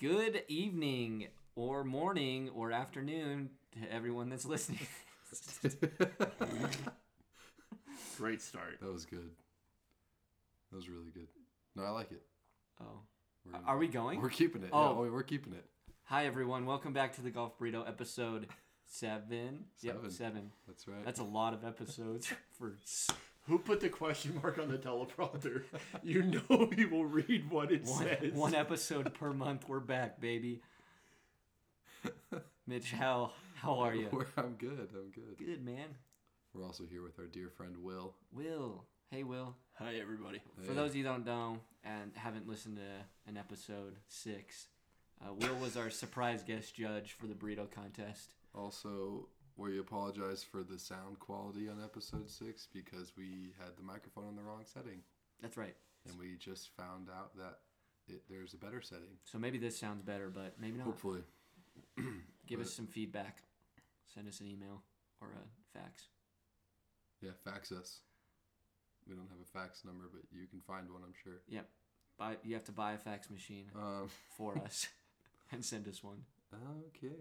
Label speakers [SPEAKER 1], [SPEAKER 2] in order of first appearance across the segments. [SPEAKER 1] Good evening, or morning, or afternoon to everyone that's listening.
[SPEAKER 2] Great start.
[SPEAKER 3] That was good. That was really good. No, I like it.
[SPEAKER 1] oh.
[SPEAKER 3] We're gonna-
[SPEAKER 1] Are we going?
[SPEAKER 3] We're keeping it.
[SPEAKER 1] Oh.
[SPEAKER 3] Oh, we're keeping it.
[SPEAKER 1] Hi, everyone. Welcome back to the Golf Burrito episode seven. Yep,
[SPEAKER 3] Seven.
[SPEAKER 1] seven.
[SPEAKER 3] That's right.
[SPEAKER 1] That's a lot of episodes for. s-
[SPEAKER 2] Who put the question mark on the teleprompter? You know he will read what it says.
[SPEAKER 1] One, one episode per month. We're back, baby. Mitch, how how are you?
[SPEAKER 3] We're- I'm good. I'm good.
[SPEAKER 1] Good, man.
[SPEAKER 3] We're also here with our dear friend Will.
[SPEAKER 1] Will. Hey, Will.
[SPEAKER 2] Hi everybody.
[SPEAKER 1] For
[SPEAKER 3] Hey.
[SPEAKER 1] those of you who don't know and haven't listened to an episode six, uh, Will was our surprise guest judge for the burrito contest.
[SPEAKER 3] Also, we apologize for the sound quality on episode six because we had the microphone in the wrong setting,
[SPEAKER 1] That's right.
[SPEAKER 3] and we just found out that it, there's a better setting.
[SPEAKER 1] So maybe this sounds better, but maybe not.
[SPEAKER 3] Hopefully,
[SPEAKER 1] Give us some feedback. Send us an email or a fax.
[SPEAKER 3] yeah. Fax us. We don't have a fax number, but you can find one, I'm sure.
[SPEAKER 1] Yep. Buy, you have to buy a fax machine
[SPEAKER 3] Um,
[SPEAKER 1] for us and send us one.
[SPEAKER 3] okay.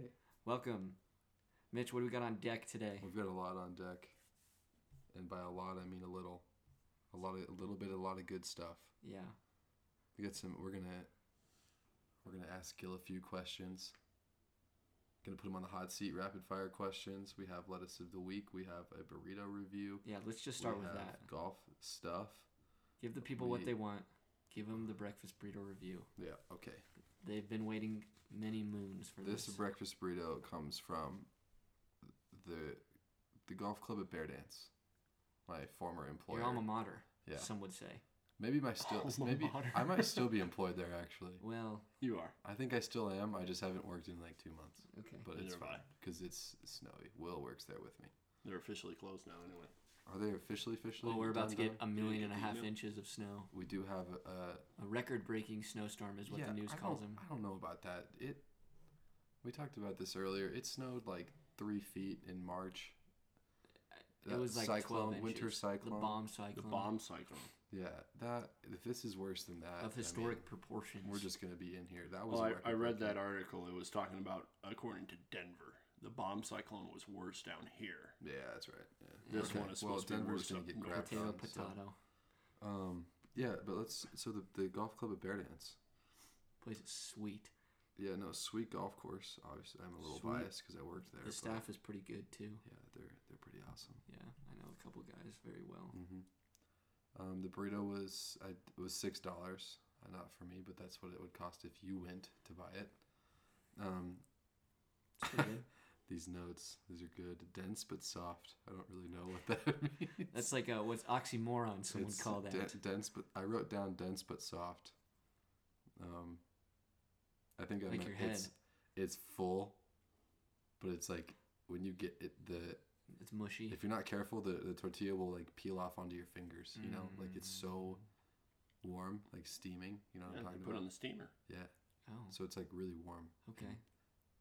[SPEAKER 1] Welcome. Mitch, what do we got on deck today?
[SPEAKER 3] We've got a lot on deck, and by a lot I mean a little, a lot of a little bit, a lot of good stuff.
[SPEAKER 1] Yeah.
[SPEAKER 3] We got some. We're gonna we're gonna ask Gil a few questions. Gonna put him on the hot seat. Rapid fire questions. We have lettuce of the week. We have a burrito review.
[SPEAKER 1] Yeah, let's just start
[SPEAKER 3] we
[SPEAKER 1] with
[SPEAKER 3] have
[SPEAKER 1] that.
[SPEAKER 3] Golf stuff.
[SPEAKER 1] Give the people
[SPEAKER 3] we-
[SPEAKER 1] what they want. Give them the breakfast burrito review.
[SPEAKER 3] Yeah. Okay.
[SPEAKER 1] They've been waiting many moons for
[SPEAKER 3] This
[SPEAKER 1] this.
[SPEAKER 3] breakfast burrito comes from the the golf club at Bear Dance, my former employer.
[SPEAKER 1] Your alma mater,
[SPEAKER 3] Yeah.
[SPEAKER 1] some would say.
[SPEAKER 3] Maybe my still
[SPEAKER 2] Alma
[SPEAKER 3] maybe
[SPEAKER 2] mater.
[SPEAKER 3] I might still be employed there actually.
[SPEAKER 1] Well,
[SPEAKER 2] You are.
[SPEAKER 3] I think I still am. I just haven't worked in like two months.
[SPEAKER 1] okay. Oh,
[SPEAKER 3] But it's
[SPEAKER 2] Neither have I.
[SPEAKER 3] fine because it's snowy. Will works there with me.
[SPEAKER 2] They're officially closed now anyway.
[SPEAKER 3] Are they officially officially?
[SPEAKER 1] well, we're about to
[SPEAKER 3] done
[SPEAKER 1] get
[SPEAKER 3] done?
[SPEAKER 1] a million and a
[SPEAKER 2] get the
[SPEAKER 1] half
[SPEAKER 2] email?
[SPEAKER 1] inches of snow.
[SPEAKER 3] We do have a. Uh,
[SPEAKER 1] A record-breaking snowstorm is what
[SPEAKER 3] yeah,
[SPEAKER 1] the news
[SPEAKER 3] I
[SPEAKER 1] calls
[SPEAKER 3] don't-
[SPEAKER 1] them.
[SPEAKER 3] I don't know about that. It. We talked about this earlier. It snowed like three feet in March.
[SPEAKER 1] It was like
[SPEAKER 3] cyclone,
[SPEAKER 1] 12 inches.
[SPEAKER 3] winter cyclone.
[SPEAKER 1] The bomb cyclone.
[SPEAKER 3] Uh-huh.
[SPEAKER 2] The bomb cyclone.
[SPEAKER 3] Yeah, that. If this is worse than that,
[SPEAKER 1] of
[SPEAKER 3] I
[SPEAKER 1] historic
[SPEAKER 3] mean,
[SPEAKER 1] proportions.
[SPEAKER 3] we're just gonna be in here. That was.
[SPEAKER 2] Well,
[SPEAKER 3] a
[SPEAKER 2] I, I
[SPEAKER 3] record-breaking-
[SPEAKER 2] read that article. It was talking about according to Denver, the bomb cyclone was worse down here.
[SPEAKER 3] Yeah, that's right. Yeah.
[SPEAKER 2] This
[SPEAKER 3] Okay,
[SPEAKER 2] one is
[SPEAKER 3] well,
[SPEAKER 2] supposed to be
[SPEAKER 3] Denver's
[SPEAKER 2] worse
[SPEAKER 3] gonna
[SPEAKER 2] up
[SPEAKER 3] get
[SPEAKER 2] north.
[SPEAKER 3] crapped
[SPEAKER 1] potato,
[SPEAKER 3] on, so-
[SPEAKER 1] potato.
[SPEAKER 3] Yeah, but let's. So the the golf club at Bear Dance.
[SPEAKER 1] Place is sweet.
[SPEAKER 3] Yeah, no, sweet golf course. Obviously, I'm a little biased 'cause biased because I worked there.
[SPEAKER 1] The
[SPEAKER 3] but-
[SPEAKER 1] staff is pretty good too.
[SPEAKER 3] Yeah, they're they're pretty awesome. Mm-hmm.
[SPEAKER 1] Yeah, I know a couple guys very well.
[SPEAKER 3] Um, the burrito was I it was six dollars. Uh, not for me, but that's what it would cost if you went to buy it. Um,
[SPEAKER 1] It's pretty good.
[SPEAKER 3] these notes, these are good, dense but soft. I don't really know what that means.
[SPEAKER 1] That's like a what's oxymoron? Someone
[SPEAKER 3] It's
[SPEAKER 1] call that.
[SPEAKER 3] de- dense, but I wrote down dense but soft. Um, I think I
[SPEAKER 1] Like
[SPEAKER 3] meant
[SPEAKER 1] your
[SPEAKER 3] it's
[SPEAKER 1] head.
[SPEAKER 3] it's full, but it's like when you get it the
[SPEAKER 1] It's mushy.
[SPEAKER 3] if you're not careful the, the tortilla will like peel off onto your fingers you know like it's
[SPEAKER 1] Mm.
[SPEAKER 3] so warm like steaming you Oh, know what
[SPEAKER 2] Yeah,
[SPEAKER 3] i'm
[SPEAKER 2] they
[SPEAKER 3] talking
[SPEAKER 2] put
[SPEAKER 3] about
[SPEAKER 2] on the steamer.
[SPEAKER 3] yeah
[SPEAKER 1] oh,
[SPEAKER 3] so it's like really warm
[SPEAKER 1] okay.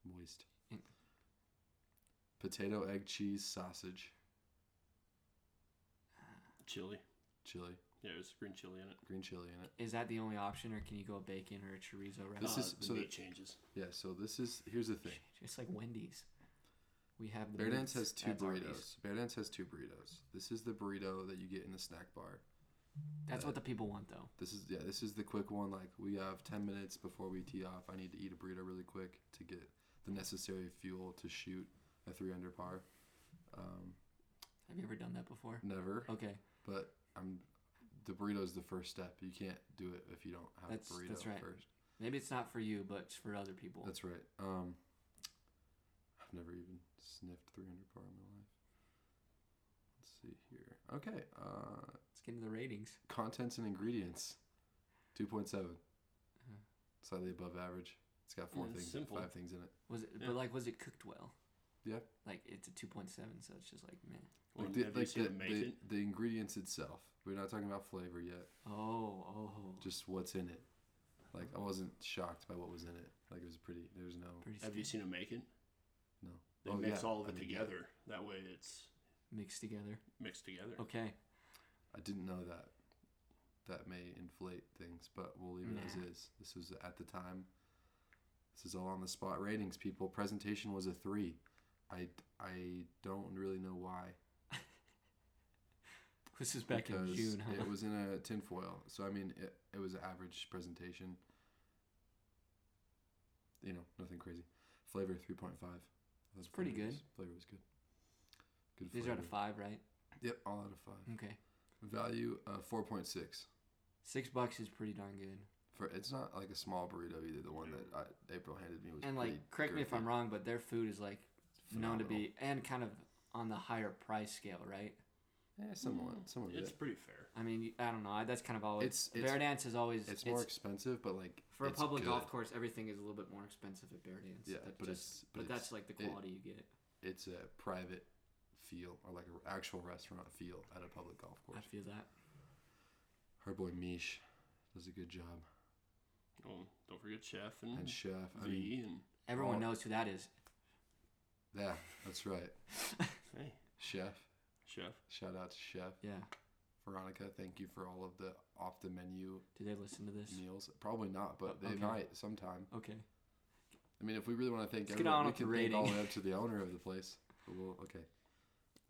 [SPEAKER 3] moist
[SPEAKER 1] Mm.
[SPEAKER 3] potato egg cheese sausage
[SPEAKER 2] Chili.
[SPEAKER 3] chili
[SPEAKER 2] Yeah, there's green chili in it.
[SPEAKER 3] green chili in it
[SPEAKER 1] Is that the only option, or can you go a bacon or a chorizo wrap?
[SPEAKER 3] This
[SPEAKER 2] Uh,
[SPEAKER 3] is-
[SPEAKER 2] the
[SPEAKER 3] so
[SPEAKER 2] meat
[SPEAKER 3] that-
[SPEAKER 2] changes.
[SPEAKER 3] yeah so this is here's the thing
[SPEAKER 1] It's like Wendy's. We have the
[SPEAKER 3] bear dance
[SPEAKER 1] meats
[SPEAKER 3] has two
[SPEAKER 1] at Arby's.
[SPEAKER 3] burritos bear dance has two burritos this is the burrito that you get in the snack bar
[SPEAKER 1] That's what the people want, though.
[SPEAKER 3] This is yeah, this is the quick one. Like we have ten minutes before we tee off. I need to eat a burrito really quick to get the necessary fuel to shoot a three under par. Um,
[SPEAKER 1] Have you ever done that before?
[SPEAKER 3] never,
[SPEAKER 1] Okay,
[SPEAKER 3] but I'm. The burrito is the first step. You can't do it if you don't have
[SPEAKER 1] That's-
[SPEAKER 3] a burrito
[SPEAKER 1] that's right.
[SPEAKER 3] first.
[SPEAKER 1] maybe it's not for you, but it's for other people.
[SPEAKER 3] That's right. Um, I've never even sniffed three under par in my life. Let's see here. Okay. Uh,
[SPEAKER 1] Let's get into the ratings.
[SPEAKER 3] contents and ingredients 2.7 slightly above average it's got four
[SPEAKER 2] Yeah, it's
[SPEAKER 3] things
[SPEAKER 2] simple.
[SPEAKER 3] five things in it
[SPEAKER 1] Was it?
[SPEAKER 2] Yeah.
[SPEAKER 1] But like, was it cooked well?
[SPEAKER 3] yeah
[SPEAKER 1] Like it's a two point seven, so it's just like man.
[SPEAKER 3] like,
[SPEAKER 2] Well, have
[SPEAKER 3] the,
[SPEAKER 2] you
[SPEAKER 3] like
[SPEAKER 2] seen
[SPEAKER 3] the,
[SPEAKER 2] them make
[SPEAKER 3] the,
[SPEAKER 2] it?
[SPEAKER 3] the ingredients itself we're not talking about flavor yet
[SPEAKER 1] Oh, oh,
[SPEAKER 3] just what's in it like i wasn't shocked by what was in it like it was pretty there was no
[SPEAKER 1] pretty.
[SPEAKER 2] Have you seen them make it?
[SPEAKER 3] no
[SPEAKER 2] They
[SPEAKER 3] Oh,
[SPEAKER 2] mix
[SPEAKER 3] yeah,
[SPEAKER 2] all of
[SPEAKER 3] I
[SPEAKER 2] it
[SPEAKER 3] mean, yeah.
[SPEAKER 2] together. That way it's
[SPEAKER 1] mixed together.
[SPEAKER 2] mixed together.
[SPEAKER 3] Oh,
[SPEAKER 1] Okay,
[SPEAKER 3] i didn't know that that may inflate things but we'll leave it as
[SPEAKER 1] Nah.
[SPEAKER 3] is this was at the time is all on the spot ratings, people. Presentation was a three. I, I don't really know why.
[SPEAKER 1] This is back in
[SPEAKER 3] because
[SPEAKER 1] June, huh?
[SPEAKER 3] It was in a tinfoil. So, I mean, it, it was an average presentation. You know, nothing crazy. Flavor 3.5. That's
[SPEAKER 1] pretty good.
[SPEAKER 3] Flavor was good. Good
[SPEAKER 1] These are out of five, right?
[SPEAKER 3] Yep, all out of five.
[SPEAKER 1] Okay.
[SPEAKER 3] Value uh, 4.6.
[SPEAKER 1] Six bucks is pretty darn good.
[SPEAKER 3] For It's not like a small burrito either. The one that I, April handed me was
[SPEAKER 1] and like,
[SPEAKER 3] pretty
[SPEAKER 1] correct me if
[SPEAKER 3] girthy.
[SPEAKER 1] I'm wrong, but their food is like known to
[SPEAKER 3] Phenomenal.
[SPEAKER 1] be and kind of on the higher price scale, right?
[SPEAKER 3] Eh, somewhat.
[SPEAKER 1] Mm.
[SPEAKER 3] Somewhat.
[SPEAKER 2] It's
[SPEAKER 3] It's,
[SPEAKER 2] pretty fair.
[SPEAKER 1] I mean, you- I don't know. I- That's kind of always
[SPEAKER 3] It's- it's-
[SPEAKER 1] Bear Dance is always
[SPEAKER 3] it's more expensive, but like.
[SPEAKER 1] for a
[SPEAKER 3] it's
[SPEAKER 1] public
[SPEAKER 3] good.
[SPEAKER 1] golf course. Everything is a little bit more expensive at Bear Dance.
[SPEAKER 3] Yeah,
[SPEAKER 1] That's
[SPEAKER 3] but
[SPEAKER 1] just-
[SPEAKER 3] it's.
[SPEAKER 1] but
[SPEAKER 3] it's-
[SPEAKER 1] that's like the
[SPEAKER 3] it-
[SPEAKER 1] quality you get.
[SPEAKER 3] it's a private feel or like an actual restaurant feel at a public golf
[SPEAKER 1] I
[SPEAKER 3] course.
[SPEAKER 1] feel that.
[SPEAKER 3] Her boy Mish does a good job,
[SPEAKER 2] Oh, don't forget Chef
[SPEAKER 1] Mm.
[SPEAKER 2] and,
[SPEAKER 3] and Chef. I
[SPEAKER 2] V
[SPEAKER 3] mean,
[SPEAKER 2] and
[SPEAKER 1] Everyone
[SPEAKER 3] Oh.
[SPEAKER 1] knows who that is.
[SPEAKER 3] yeah, that's right.
[SPEAKER 2] hey,
[SPEAKER 3] Chef,
[SPEAKER 2] Chef.
[SPEAKER 3] shout out to Chef
[SPEAKER 1] Yeah.
[SPEAKER 3] Veronica. Thank you for all of the off the menu
[SPEAKER 1] Do they listen to this?
[SPEAKER 3] meals. Probably not,
[SPEAKER 1] Oh,
[SPEAKER 3] but they
[SPEAKER 1] okay.
[SPEAKER 3] might sometime.
[SPEAKER 1] Okay.
[SPEAKER 3] I mean, if we really want to thank
[SPEAKER 1] Let's get
[SPEAKER 3] everyone,
[SPEAKER 1] on
[SPEAKER 3] we
[SPEAKER 1] with the
[SPEAKER 3] can thank all the
[SPEAKER 1] rating.
[SPEAKER 3] way up to the owner of the place. But we'll, okay.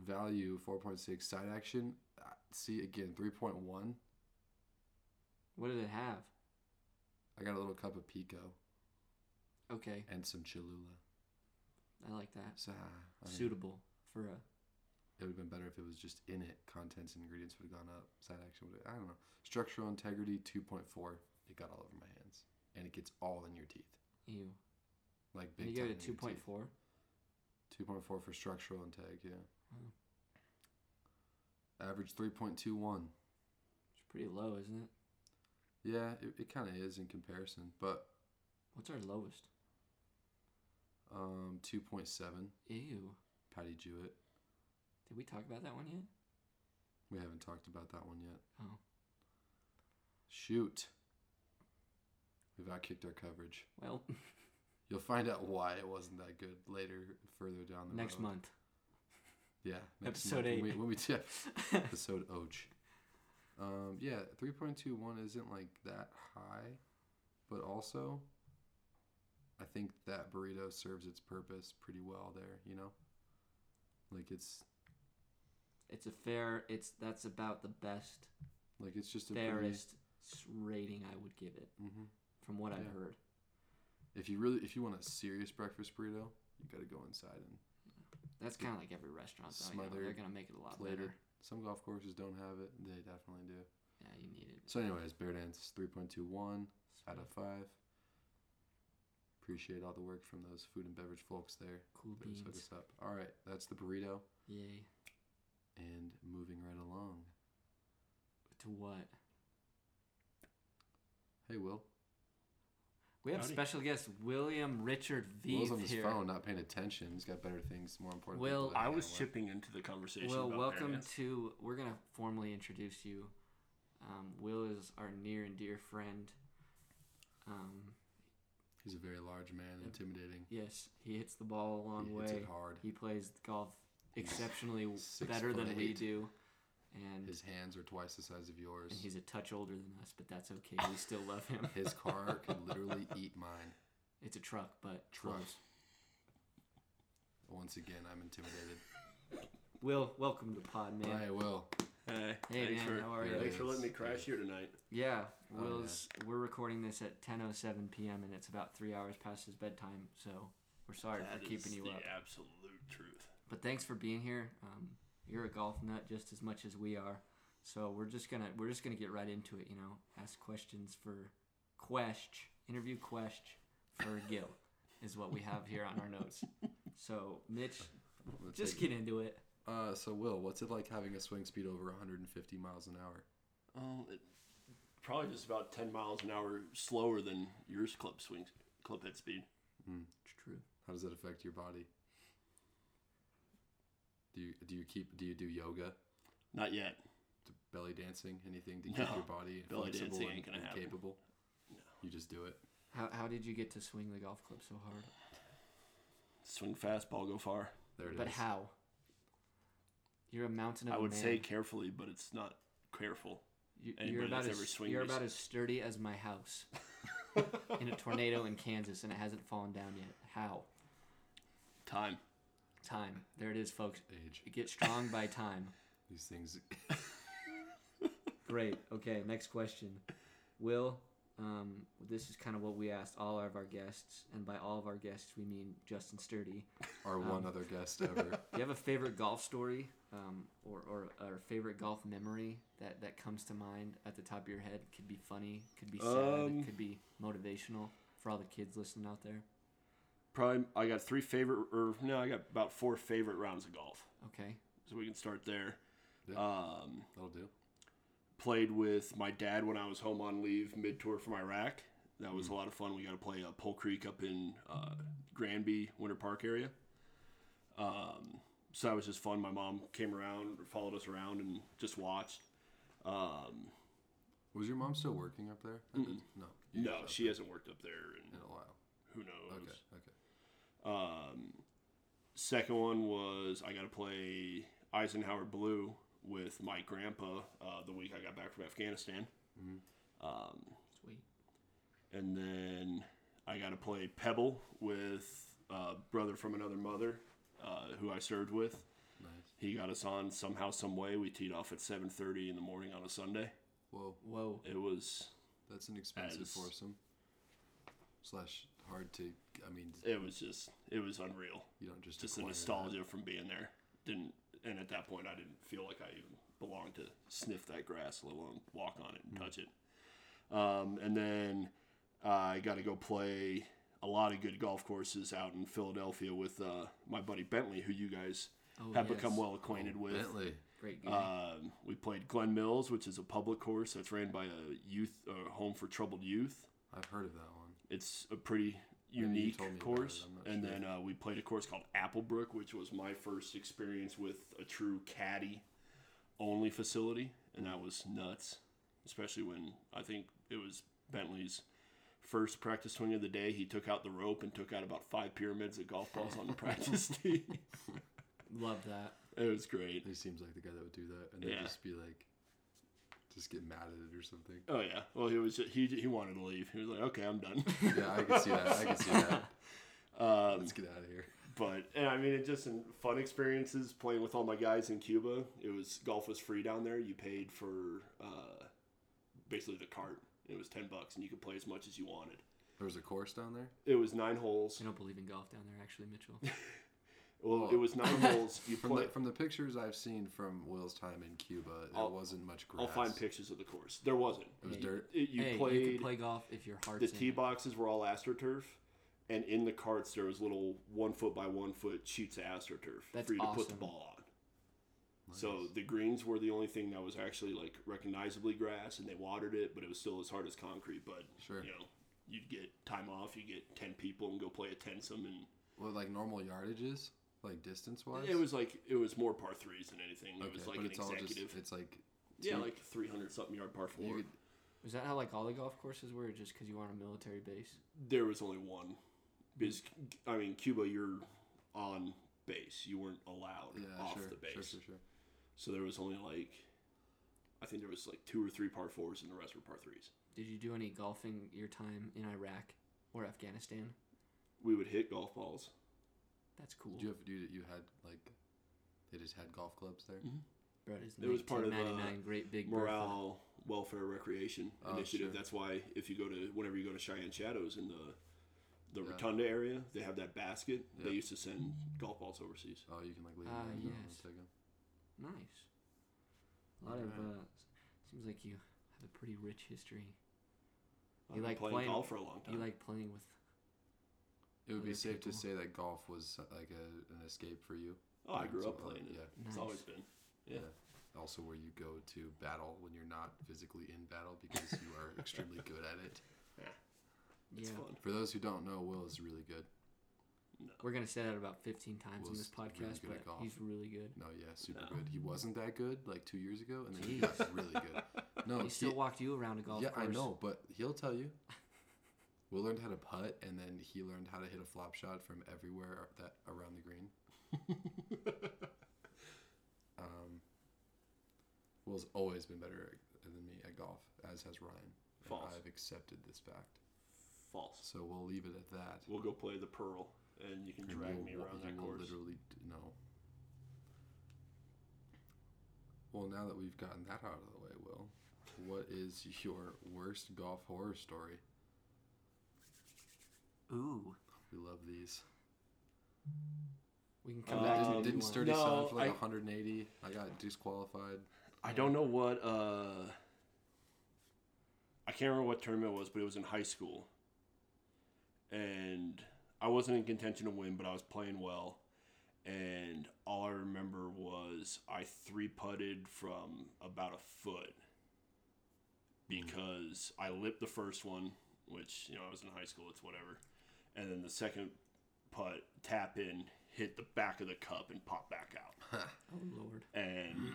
[SPEAKER 3] Value four point six. Side action. uh, See again three point one.
[SPEAKER 1] What did it have?
[SPEAKER 3] I got a little cup of pico
[SPEAKER 1] Okay.
[SPEAKER 3] and some Cholula.
[SPEAKER 1] I like that.
[SPEAKER 3] So, I mean,
[SPEAKER 1] Suitable for a.
[SPEAKER 3] It would have been better if it was just in it. Contents and ingredients would have gone up. Side action would have, I don't know. Structural integrity 2.4. It got all over my hands. And it gets all in your teeth.
[SPEAKER 1] Ew.
[SPEAKER 3] Like
[SPEAKER 1] E And
[SPEAKER 3] big
[SPEAKER 1] you
[SPEAKER 3] time. E
[SPEAKER 1] gave it a two point four.
[SPEAKER 3] 2.4 for structural integ, yeah.
[SPEAKER 1] Wow.
[SPEAKER 3] Average 3.21.
[SPEAKER 1] It's pretty low, isn't it?
[SPEAKER 3] Yeah, it, it kind of is in comparison, but
[SPEAKER 1] What's our lowest?
[SPEAKER 3] um, 2.7.
[SPEAKER 1] Ew.
[SPEAKER 3] Patty Jewett.
[SPEAKER 1] E Did we talk about that one yet?
[SPEAKER 3] We haven't talked about that one yet.
[SPEAKER 1] Oh.
[SPEAKER 3] Shoot. We've outkicked our coverage.
[SPEAKER 1] Well,
[SPEAKER 3] You'll find out why it wasn't that good later, further down the
[SPEAKER 1] next
[SPEAKER 3] road.
[SPEAKER 1] month.
[SPEAKER 3] Yeah, next
[SPEAKER 1] Episode
[SPEAKER 3] month,
[SPEAKER 1] eight.
[SPEAKER 3] When we, when we tip episode Ouch. Um, yeah, three point two one isn't like that high, but also, I think that burrito serves its purpose pretty well there. You know, like it's
[SPEAKER 1] It's a fair. It's that's about the best,
[SPEAKER 3] like it's just a pretty.
[SPEAKER 1] fairest s rating I would give it
[SPEAKER 3] hmm
[SPEAKER 1] from what
[SPEAKER 3] Yeah.
[SPEAKER 1] I've heard.
[SPEAKER 3] If you really, if you want a serious breakfast burrito, you got to go inside and
[SPEAKER 1] That's kind of like every restaurant, though. You know, they're
[SPEAKER 3] Smothered,
[SPEAKER 1] gonna make it a lot better.
[SPEAKER 3] plated. Some golf courses don't have it. They definitely do.
[SPEAKER 1] Yeah, you need it.
[SPEAKER 3] So, anyways, Bear Dance 3.21 out of 5. Appreciate all the work from those food and beverage folks there.
[SPEAKER 1] Cool
[SPEAKER 3] They just hook
[SPEAKER 1] beans.
[SPEAKER 3] us up. All right, that's the burrito.
[SPEAKER 1] Yay.
[SPEAKER 3] And moving right along.
[SPEAKER 1] To what?
[SPEAKER 3] Hey, Will.
[SPEAKER 1] We have
[SPEAKER 2] Howdy.
[SPEAKER 1] special guest William Richard
[SPEAKER 3] Will's on
[SPEAKER 1] Veith
[SPEAKER 3] his
[SPEAKER 1] here.
[SPEAKER 3] phone, not paying attention. He's got better things, more important
[SPEAKER 1] Will,
[SPEAKER 3] people to
[SPEAKER 2] I
[SPEAKER 3] hang
[SPEAKER 2] was
[SPEAKER 3] out with.
[SPEAKER 2] chipping into the conversation.
[SPEAKER 1] Will,
[SPEAKER 2] about
[SPEAKER 1] welcome
[SPEAKER 2] variants.
[SPEAKER 1] to. We're gonna formally introduce you. Um, Will is our near and dear friend. Um,
[SPEAKER 3] He's a very large man, intimidating.
[SPEAKER 1] yes, he hits the ball a long
[SPEAKER 3] he
[SPEAKER 1] way.
[SPEAKER 3] hits it hard.
[SPEAKER 1] He plays golf exceptionally
[SPEAKER 3] Six
[SPEAKER 1] better
[SPEAKER 3] foot
[SPEAKER 1] than we
[SPEAKER 3] eight.
[SPEAKER 1] do, and
[SPEAKER 3] His hands are twice the size of yours.
[SPEAKER 1] and he's a touch older than us, but that's okay. We still love him.
[SPEAKER 3] His car could literally eat mine.
[SPEAKER 1] It's a truck, but
[SPEAKER 3] Truck.
[SPEAKER 1] close.
[SPEAKER 3] Once again, I'm intimidated.
[SPEAKER 1] Will, welcome to the pod, man.
[SPEAKER 3] Hey, Will.
[SPEAKER 2] Hey,
[SPEAKER 1] Hey, man,
[SPEAKER 2] thanks for,
[SPEAKER 1] how are
[SPEAKER 3] yeah,
[SPEAKER 1] you?
[SPEAKER 2] Thanks for letting me
[SPEAKER 3] it's-
[SPEAKER 2] crash here tonight.
[SPEAKER 1] Yeah,
[SPEAKER 3] Oh,
[SPEAKER 1] Will's. We're recording this at 10:07 p.m. and it's about three hours past his bedtime, so we're sorry
[SPEAKER 2] That
[SPEAKER 1] for
[SPEAKER 2] is
[SPEAKER 1] keeping you
[SPEAKER 2] the
[SPEAKER 1] up.
[SPEAKER 2] absolute truth.
[SPEAKER 1] But thanks for being here. Um, you're a golf nut just as much as we are, so we're just gonna we're just gonna get right into it. You know, ask questions for Quest interview Quest for Gil is what we have here on our notes. So Mitch,
[SPEAKER 3] Let's
[SPEAKER 1] just
[SPEAKER 3] take-
[SPEAKER 1] get into it.
[SPEAKER 3] Uh, so Will, what's it like having a swing speed over 150 miles an hour?
[SPEAKER 2] Um, it, probably just about 10 miles an hour slower than yours club swing, club head speed. Hmm,
[SPEAKER 1] It's true.
[SPEAKER 3] How does that affect your body? Do you do you keep do you do yoga,
[SPEAKER 2] Not yet.
[SPEAKER 3] do belly dancing, anything to keep
[SPEAKER 2] No,
[SPEAKER 3] your body
[SPEAKER 2] belly
[SPEAKER 3] flexible
[SPEAKER 2] dancing
[SPEAKER 3] and,
[SPEAKER 2] ain't gonna
[SPEAKER 3] and
[SPEAKER 2] happen.
[SPEAKER 3] capable?
[SPEAKER 2] No.
[SPEAKER 3] You just do it.
[SPEAKER 1] How how did you get to swing the golf club so hard?
[SPEAKER 2] Swing fast, ball go far.
[SPEAKER 3] There it is.
[SPEAKER 1] But how? You're a mountain of
[SPEAKER 2] I
[SPEAKER 1] a
[SPEAKER 2] would
[SPEAKER 1] man.
[SPEAKER 2] say carefully, but it's not careful.
[SPEAKER 1] You,
[SPEAKER 2] anybody
[SPEAKER 1] you're about
[SPEAKER 2] that's
[SPEAKER 1] as
[SPEAKER 2] ever swung
[SPEAKER 1] you're
[SPEAKER 2] these-
[SPEAKER 1] about as sturdy as my house. in a tornado in Kansas and it hasn't fallen down yet. How?
[SPEAKER 2] Time.
[SPEAKER 1] Time. There it is, folks.
[SPEAKER 3] Age.
[SPEAKER 1] Get strong by time.
[SPEAKER 3] These things.
[SPEAKER 1] Great. Okay, next question. Will, um, this is kind of what we asked all of our guests, and by all of our guests, we mean Justin Sturdy.
[SPEAKER 3] Our
[SPEAKER 2] Um.
[SPEAKER 3] one other guest ever.
[SPEAKER 1] Do you have a favorite golf story um, or, or, or favorite golf memory that, that comes to mind at the top of your head? Could be funny, could be sad,
[SPEAKER 2] Um,
[SPEAKER 1] could be motivational for all the kids listening out there.
[SPEAKER 2] Probably. I got three favorite, or no, I got about four favorite rounds of golf.
[SPEAKER 1] Okay.
[SPEAKER 2] So we can start there.
[SPEAKER 3] Yeah.
[SPEAKER 2] Um,
[SPEAKER 3] That'll do.
[SPEAKER 2] played with my dad when I was home on leave mid tour from Iraq. That
[SPEAKER 3] Hmm.
[SPEAKER 2] was a lot of fun. We got to play uh, Pole Creek up in uh, Granby Winter Park area. Um, so that was just fun. My mom came around, followed us around, and just watched. Um,
[SPEAKER 3] Was your mom still working up there? I didn't- No. you
[SPEAKER 2] no,
[SPEAKER 3] got up
[SPEAKER 2] she hasn't worked up there in
[SPEAKER 3] in a while.
[SPEAKER 2] who knows.
[SPEAKER 3] Okay. Okay.
[SPEAKER 2] Um, second one was I got to play Eisenhower Blue with my grandpa uh, the week I got back from Afghanistan. Um,
[SPEAKER 1] Sweet.
[SPEAKER 2] and then I got to play Pebble with a brother from another mother uh, who I served with.
[SPEAKER 3] Nice.
[SPEAKER 2] He got us on somehow, some way. We teed off at 7:30 in the morning on a Sunday.
[SPEAKER 3] Whoa,
[SPEAKER 1] Whoa.
[SPEAKER 2] It was
[SPEAKER 3] that's an expensive
[SPEAKER 2] As-
[SPEAKER 3] foursome. Slash hard to. I mean,
[SPEAKER 2] it was just it was unreal.
[SPEAKER 3] you don't just.
[SPEAKER 2] Just the
[SPEAKER 3] acquire that.
[SPEAKER 2] nostalgia from being there. Didn't and at that point I didn't feel like I even belonged to sniff that grass, let alone walk on it and
[SPEAKER 1] Hmm.
[SPEAKER 2] touch it. Um, and then I got to go play a lot of good golf courses out in Philadelphia with uh, my buddy Bentley, who you guys
[SPEAKER 1] Oh,
[SPEAKER 2] have become
[SPEAKER 1] yes. Oh, Mm-hmm.
[SPEAKER 2] well acquainted with.
[SPEAKER 3] Bentley.
[SPEAKER 1] Great game.
[SPEAKER 2] Um, we played Glen Mills, which is a public course that's ran by a youth uh, home for troubled youth.
[SPEAKER 3] I've heard of that one.
[SPEAKER 2] It's a pretty
[SPEAKER 3] you
[SPEAKER 2] unique
[SPEAKER 3] told me about it,
[SPEAKER 2] course.
[SPEAKER 3] I'm not
[SPEAKER 2] And
[SPEAKER 3] sure.
[SPEAKER 2] then uh, we played a course called Applebrook, which was my first experience with a true caddy only facility, and that was nuts. Especially when I think it was Bentley's first practice swing of the day. He took out the rope and took out about five pyramids of golf balls on the practice tee.
[SPEAKER 1] Love that.
[SPEAKER 2] It was great.
[SPEAKER 3] He seems like the guy that would do that, and then
[SPEAKER 2] Yeah.
[SPEAKER 3] just be like, just get mad at it or something.
[SPEAKER 2] Oh yeah. Well, he was he he wanted to leave. He was like, okay, I'm done.
[SPEAKER 3] yeah, I can see that. I can see that.
[SPEAKER 2] Um,
[SPEAKER 3] Let's get out of here.
[SPEAKER 2] but and I mean, it just in fun experiences playing with all my guys in Cuba. It was golf was free down there. You paid for uh, basically the cart. It was ten bucks, and you could play as much as you wanted.
[SPEAKER 3] There was a course down there.
[SPEAKER 2] It was nine holes.
[SPEAKER 1] I don't believe in golf down there, actually, Mitchell.
[SPEAKER 2] Well, it was nine holes. You
[SPEAKER 3] From
[SPEAKER 2] play.
[SPEAKER 3] the, from the pictures I've seen from Will's time in Cuba, there
[SPEAKER 2] I'll-
[SPEAKER 3] wasn't much grass.
[SPEAKER 2] I'll find pictures of the course. There wasn't.
[SPEAKER 3] It was
[SPEAKER 1] Hey.
[SPEAKER 3] dirt.
[SPEAKER 2] It, you
[SPEAKER 1] hey, you
[SPEAKER 2] played.
[SPEAKER 1] can play golf if your heart's
[SPEAKER 2] the
[SPEAKER 1] in
[SPEAKER 2] tee
[SPEAKER 1] it.
[SPEAKER 2] boxes were all astroturf, and in the carts there was little one foot by one foot sheets of astroturf
[SPEAKER 1] That's
[SPEAKER 2] for you to put the
[SPEAKER 1] awesome.
[SPEAKER 2] ball on. So the greens were the only thing that was actually like recognizably grass, and they watered it, but it was still as hard as concrete. But
[SPEAKER 3] Sure.
[SPEAKER 2] you know, you'd get time off, you get ten people, and go play a tensome, and
[SPEAKER 3] Well, like normal yardages, like distance wise.
[SPEAKER 2] it was like it was more par threes than anything. it was like
[SPEAKER 3] but
[SPEAKER 2] an
[SPEAKER 3] it's all just
[SPEAKER 2] executive,
[SPEAKER 3] it's like
[SPEAKER 2] yeah, like three hundred something yard par four.
[SPEAKER 3] you could,
[SPEAKER 1] Is that how like all the golf courses were, or just because you were on a military base?
[SPEAKER 2] there was only one. Because I mean, Cuba, you're on base. You weren't allowed
[SPEAKER 3] yeah,
[SPEAKER 2] off
[SPEAKER 3] sure,
[SPEAKER 2] the base.
[SPEAKER 3] sure, sure, sure.
[SPEAKER 2] So there was only like, I think there was like two or three par fours, and the rest were par threes.
[SPEAKER 1] Did you do any golfing your time in Iraq or Afghanistan?
[SPEAKER 2] We would hit golf balls.
[SPEAKER 1] That's cool,
[SPEAKER 3] Did you have you, you had like they just had golf clubs there.
[SPEAKER 1] bro. It, is
[SPEAKER 2] It was part of the
[SPEAKER 1] 1999 Great Big Bertha.
[SPEAKER 2] Morale, welfare, recreation
[SPEAKER 3] Oh,
[SPEAKER 2] initiative.
[SPEAKER 3] sure.
[SPEAKER 2] That's why if you go to whenever you go to Cheyenne Shadows in the the
[SPEAKER 3] Yeah.
[SPEAKER 2] rotunda area, they have that basket. They
[SPEAKER 3] Yeah.
[SPEAKER 2] used to send golf balls overseas.
[SPEAKER 3] Oh, you can like leave
[SPEAKER 1] Ah,
[SPEAKER 3] them there and
[SPEAKER 1] yes.
[SPEAKER 3] take them.
[SPEAKER 1] Nice. A lot of
[SPEAKER 3] Alright.
[SPEAKER 1] uh, seems like you have a pretty rich history.
[SPEAKER 2] I've
[SPEAKER 1] You
[SPEAKER 2] been
[SPEAKER 1] like
[SPEAKER 2] playing,
[SPEAKER 1] playing-
[SPEAKER 2] golf for a long time.
[SPEAKER 1] You like playing with?
[SPEAKER 3] It would be
[SPEAKER 1] Other
[SPEAKER 3] safe
[SPEAKER 1] people.
[SPEAKER 3] to say that golf was uh, like a, an escape for you.
[SPEAKER 2] oh, I
[SPEAKER 3] Yeah,
[SPEAKER 2] grew
[SPEAKER 3] so,
[SPEAKER 2] up
[SPEAKER 3] uh,
[SPEAKER 2] playing it.
[SPEAKER 3] yeah.
[SPEAKER 2] It's
[SPEAKER 1] Nice.
[SPEAKER 2] always been. Yeah.
[SPEAKER 3] Also, where you go to battle when you're not physically in battle because you are extremely good at it.
[SPEAKER 2] It's
[SPEAKER 1] yeah,
[SPEAKER 2] fun.
[SPEAKER 3] For those who don't know, Will is really good.
[SPEAKER 1] we're gonna say that about 15 times in
[SPEAKER 3] Will's
[SPEAKER 1] this
[SPEAKER 3] really
[SPEAKER 1] podcast,
[SPEAKER 3] good
[SPEAKER 1] but
[SPEAKER 3] at golf.
[SPEAKER 1] he's really good.
[SPEAKER 3] No, yeah, super
[SPEAKER 2] No.
[SPEAKER 3] good. He wasn't that good like two years ago, and then he got really good. No,
[SPEAKER 1] he still
[SPEAKER 3] he-
[SPEAKER 1] walked you around a golf
[SPEAKER 3] yeah,
[SPEAKER 1] course.
[SPEAKER 3] I know, but he'll tell you. Will learned how to putt, and then he learned how to hit a flop shot from everywhere that around the green. um, Will's always been better at- than me at golf, as has Ryan. and
[SPEAKER 2] False.
[SPEAKER 3] I've accepted this fact.
[SPEAKER 2] False.
[SPEAKER 3] So we'll leave it at that.
[SPEAKER 2] We'll go play the Pearl, and you can
[SPEAKER 3] And
[SPEAKER 2] drag
[SPEAKER 3] we'll-
[SPEAKER 2] me
[SPEAKER 3] we'll-
[SPEAKER 2] around
[SPEAKER 3] you
[SPEAKER 2] that
[SPEAKER 3] will
[SPEAKER 2] course.
[SPEAKER 3] Literally, d- no. Well, now that we've gotten that out of the way, Will, what is your worst golf horror story?
[SPEAKER 1] Ooh.
[SPEAKER 3] We love these.
[SPEAKER 1] We can come
[SPEAKER 3] Didn't-
[SPEAKER 1] back to
[SPEAKER 2] Um,
[SPEAKER 1] it
[SPEAKER 3] Uh, didn't,
[SPEAKER 1] if
[SPEAKER 3] didn't
[SPEAKER 1] you want.
[SPEAKER 3] Sturdy
[SPEAKER 2] No,
[SPEAKER 3] sound for like
[SPEAKER 2] I-
[SPEAKER 3] 180? I got disqualified.
[SPEAKER 2] I don't know what. uh I can't remember what tournament it was, but it was in high school, and I wasn't in contention to win, but I was playing well. And all I remember was I three putted from about a foot because I lipped the first one, which you know I was in high school, it's whatever, and then the second putt tap in hit the back of the cup and popped back out
[SPEAKER 1] Oh lord.
[SPEAKER 2] and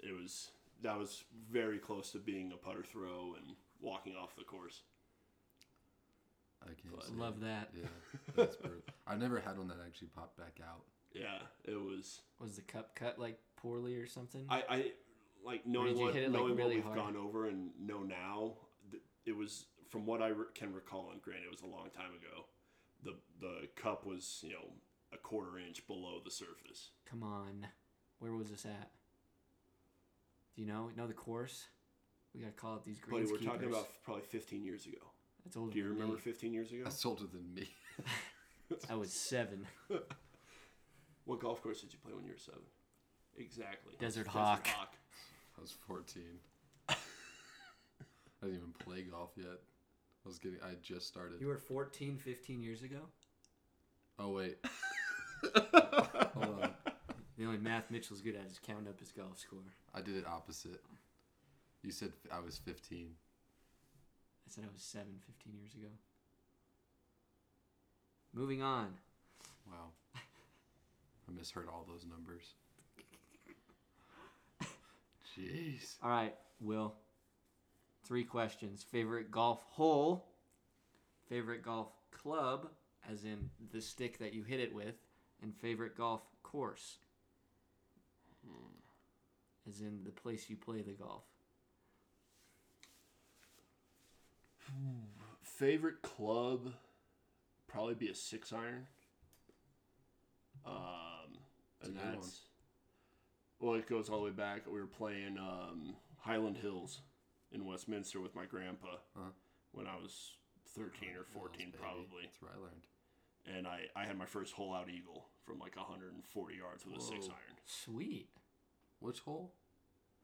[SPEAKER 2] it was that was very close to being a putter throw and walking off the course.
[SPEAKER 3] I can't
[SPEAKER 2] But-
[SPEAKER 3] say.
[SPEAKER 1] Love that.
[SPEAKER 3] Yeah, that's brutal. I've never had one that actually popped back out.
[SPEAKER 2] Yeah, it was.
[SPEAKER 1] Was the cup cut like poorly or something?
[SPEAKER 2] I, I like knowing
[SPEAKER 1] did you
[SPEAKER 2] what
[SPEAKER 1] hit it, like,
[SPEAKER 2] knowing what
[SPEAKER 1] really
[SPEAKER 2] we've
[SPEAKER 1] hard?
[SPEAKER 2] gone over and know now. th- It was from what I re- can recall, and granted, it was a long time ago. The the cup was you know a quarter inch below the surface.
[SPEAKER 1] Come on. Where was this at? Do you know? Know the course? We gotta call up these
[SPEAKER 2] But
[SPEAKER 1] greens.
[SPEAKER 2] we're talking about probably 15 years ago.
[SPEAKER 1] That's older
[SPEAKER 2] Do you
[SPEAKER 1] than
[SPEAKER 2] remember
[SPEAKER 1] me.
[SPEAKER 2] 15 years ago?
[SPEAKER 3] That's older than me.
[SPEAKER 1] I was seven.
[SPEAKER 2] What golf course did you play when you were seven? Exactly.
[SPEAKER 1] Desert Hawk.
[SPEAKER 3] I was 14. I didn't even play golf yet. I was getting. I just started.
[SPEAKER 1] You were 14, 15 years ago?
[SPEAKER 3] Oh wait. Hold on.
[SPEAKER 1] The only math Mitchell's good at is counting up his golf score.
[SPEAKER 3] I did it opposite. You said f- I was 15.
[SPEAKER 1] I said I was seven, 15 years ago. Moving on.
[SPEAKER 3] Wow. I misheard all those numbers. Jeez.
[SPEAKER 1] All right, Will. Three questions. Favorite golf hole, favorite golf club, as in the stick that you hit it with, and favorite golf course, as in the place you play the golf.
[SPEAKER 2] Favorite club, probably be a six iron. Um,
[SPEAKER 3] That's a
[SPEAKER 2] and
[SPEAKER 3] good one.
[SPEAKER 2] that's well, it goes all the way back. We were playing um, Highland Hills in Westminster with my grandpa
[SPEAKER 3] Huh.
[SPEAKER 2] when I was thirteen or fourteen,
[SPEAKER 3] Bills, Uh-huh. baby.
[SPEAKER 2] probably.
[SPEAKER 3] That's where I learned.
[SPEAKER 2] And I, I had my first hole out eagle from like 140 yards with a six
[SPEAKER 3] Whoa.
[SPEAKER 2] iron.
[SPEAKER 1] Sweet.
[SPEAKER 3] Which hole?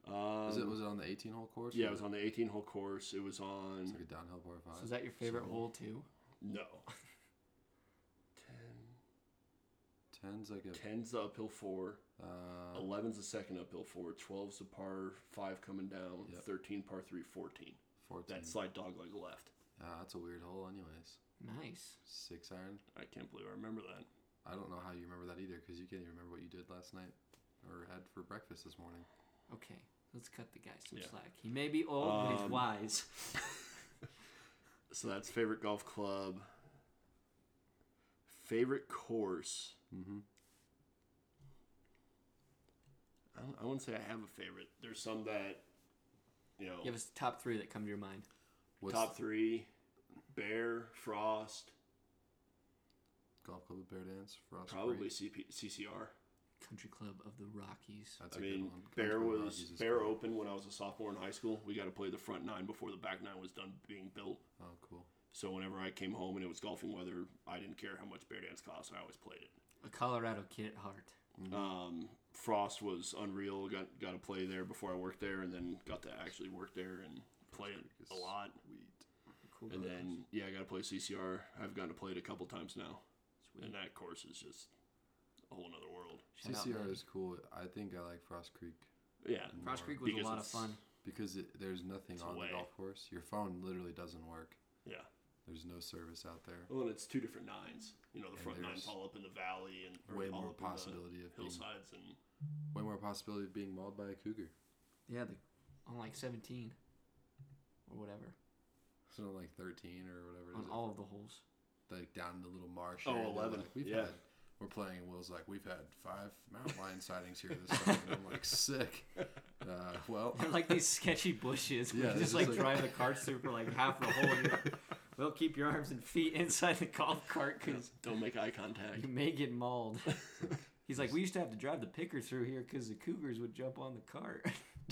[SPEAKER 2] Um,
[SPEAKER 3] Was it was it on the 18 hole course?
[SPEAKER 2] yeah, it
[SPEAKER 3] Or-
[SPEAKER 2] was on the 18 hole course. It was
[SPEAKER 3] It's
[SPEAKER 2] on
[SPEAKER 3] like a downhill par five.
[SPEAKER 1] So is that your favorite
[SPEAKER 3] so-
[SPEAKER 1] hole too?
[SPEAKER 2] no.
[SPEAKER 3] 10's like a.
[SPEAKER 2] 10's the uphill four.
[SPEAKER 3] Uh,
[SPEAKER 2] 11's the second uphill four. 12's the par five coming down.
[SPEAKER 3] Yep.
[SPEAKER 2] 13 par three. 14.
[SPEAKER 3] 14.
[SPEAKER 2] That slide dog leg left.
[SPEAKER 3] Ah, that's a weird hole, anyways.
[SPEAKER 1] Nice.
[SPEAKER 3] Six iron.
[SPEAKER 2] I can't believe I remember that.
[SPEAKER 3] I don't know how you remember that either because you can't even remember what you did last night or had for breakfast this morning.
[SPEAKER 1] Okay, let's cut the guy some
[SPEAKER 2] Yeah.
[SPEAKER 1] slack. He may be old, but he's
[SPEAKER 2] Um,
[SPEAKER 1] wise.
[SPEAKER 2] So that's favorite golf club. Favorite course.
[SPEAKER 3] Mm-hmm.
[SPEAKER 2] I, don't, I wouldn't say I have a favorite. There's some that, you know,
[SPEAKER 1] Give us the top three that come to your mind.
[SPEAKER 3] What's
[SPEAKER 2] top three, bear, frost,
[SPEAKER 3] golf club with bear dance? Frost
[SPEAKER 2] probably
[SPEAKER 3] Creek?
[SPEAKER 2] CP, CCR.
[SPEAKER 1] Country Club of the Rockies.
[SPEAKER 3] That's
[SPEAKER 2] I
[SPEAKER 3] a good
[SPEAKER 2] mean,
[SPEAKER 3] one.
[SPEAKER 2] Bear
[SPEAKER 3] Country
[SPEAKER 2] was
[SPEAKER 3] Rockies is
[SPEAKER 2] Bear
[SPEAKER 3] cool.
[SPEAKER 2] open when I was a sophomore in high school. We got to play the front nine before the back nine was done being built.
[SPEAKER 3] Oh, cool.
[SPEAKER 2] So whenever I came home and it was golfing weather, I didn't care how much Bear Dance cost. I always played it.
[SPEAKER 1] A Colorado kid at heart.
[SPEAKER 3] Mm-hmm.
[SPEAKER 2] Um, Frost was unreal. Got got to play there before I worked there, and then got to actually work there and play it a lot.
[SPEAKER 3] Sweet.
[SPEAKER 1] Cool.
[SPEAKER 2] And then yeah, I got to play CCR. I've gotten to play it a couple times now,
[SPEAKER 1] Sweet.
[SPEAKER 2] and that course is just a whole nother world.
[SPEAKER 1] Shout out,
[SPEAKER 3] CCR
[SPEAKER 1] man.
[SPEAKER 3] is cool. I think I like Frost Creek
[SPEAKER 2] Yeah,
[SPEAKER 1] Frost
[SPEAKER 3] more
[SPEAKER 1] Creek was a
[SPEAKER 2] because
[SPEAKER 1] lot of
[SPEAKER 2] it's-
[SPEAKER 1] fun.
[SPEAKER 3] because it, there's nothing
[SPEAKER 2] It's
[SPEAKER 3] on
[SPEAKER 2] away.
[SPEAKER 3] the golf course. Your phone literally doesn't work.
[SPEAKER 2] yeah.
[SPEAKER 3] There's no service out there.
[SPEAKER 2] Well, and it's two different nines. You know, the
[SPEAKER 3] And
[SPEAKER 2] front nine's
[SPEAKER 3] there's
[SPEAKER 2] all up in the valley and or
[SPEAKER 3] Way
[SPEAKER 2] all
[SPEAKER 3] more
[SPEAKER 2] up in the
[SPEAKER 3] possibility of being,
[SPEAKER 2] hillsides and
[SPEAKER 3] way more possibility of being mauled by a cougar.
[SPEAKER 1] Yeah, the, on like 17 or whatever.
[SPEAKER 3] So like 13 or whatever. it
[SPEAKER 1] On
[SPEAKER 3] is.
[SPEAKER 1] all of the holes.
[SPEAKER 3] like down the little marsh.
[SPEAKER 2] Oh,
[SPEAKER 3] area, they're
[SPEAKER 2] 11,
[SPEAKER 3] Like, we've
[SPEAKER 2] yeah.
[SPEAKER 3] had, we're playing, and Will's like, we've had five mountain lion sightings here this summer. And I'm like, sick. Uh, well,
[SPEAKER 1] They're like these sketchy bushes.
[SPEAKER 3] Yeah,
[SPEAKER 1] where you
[SPEAKER 3] they're
[SPEAKER 1] just
[SPEAKER 3] just
[SPEAKER 1] like
[SPEAKER 3] like-
[SPEAKER 1] drive the carts through for like half the hole. and you're- Well, keep your arms and feet inside the golf cart because
[SPEAKER 2] Don't make eye contact.
[SPEAKER 1] you may get mauled. He's like, we used to have to drive the picker through here because the cougars would jump on the cart.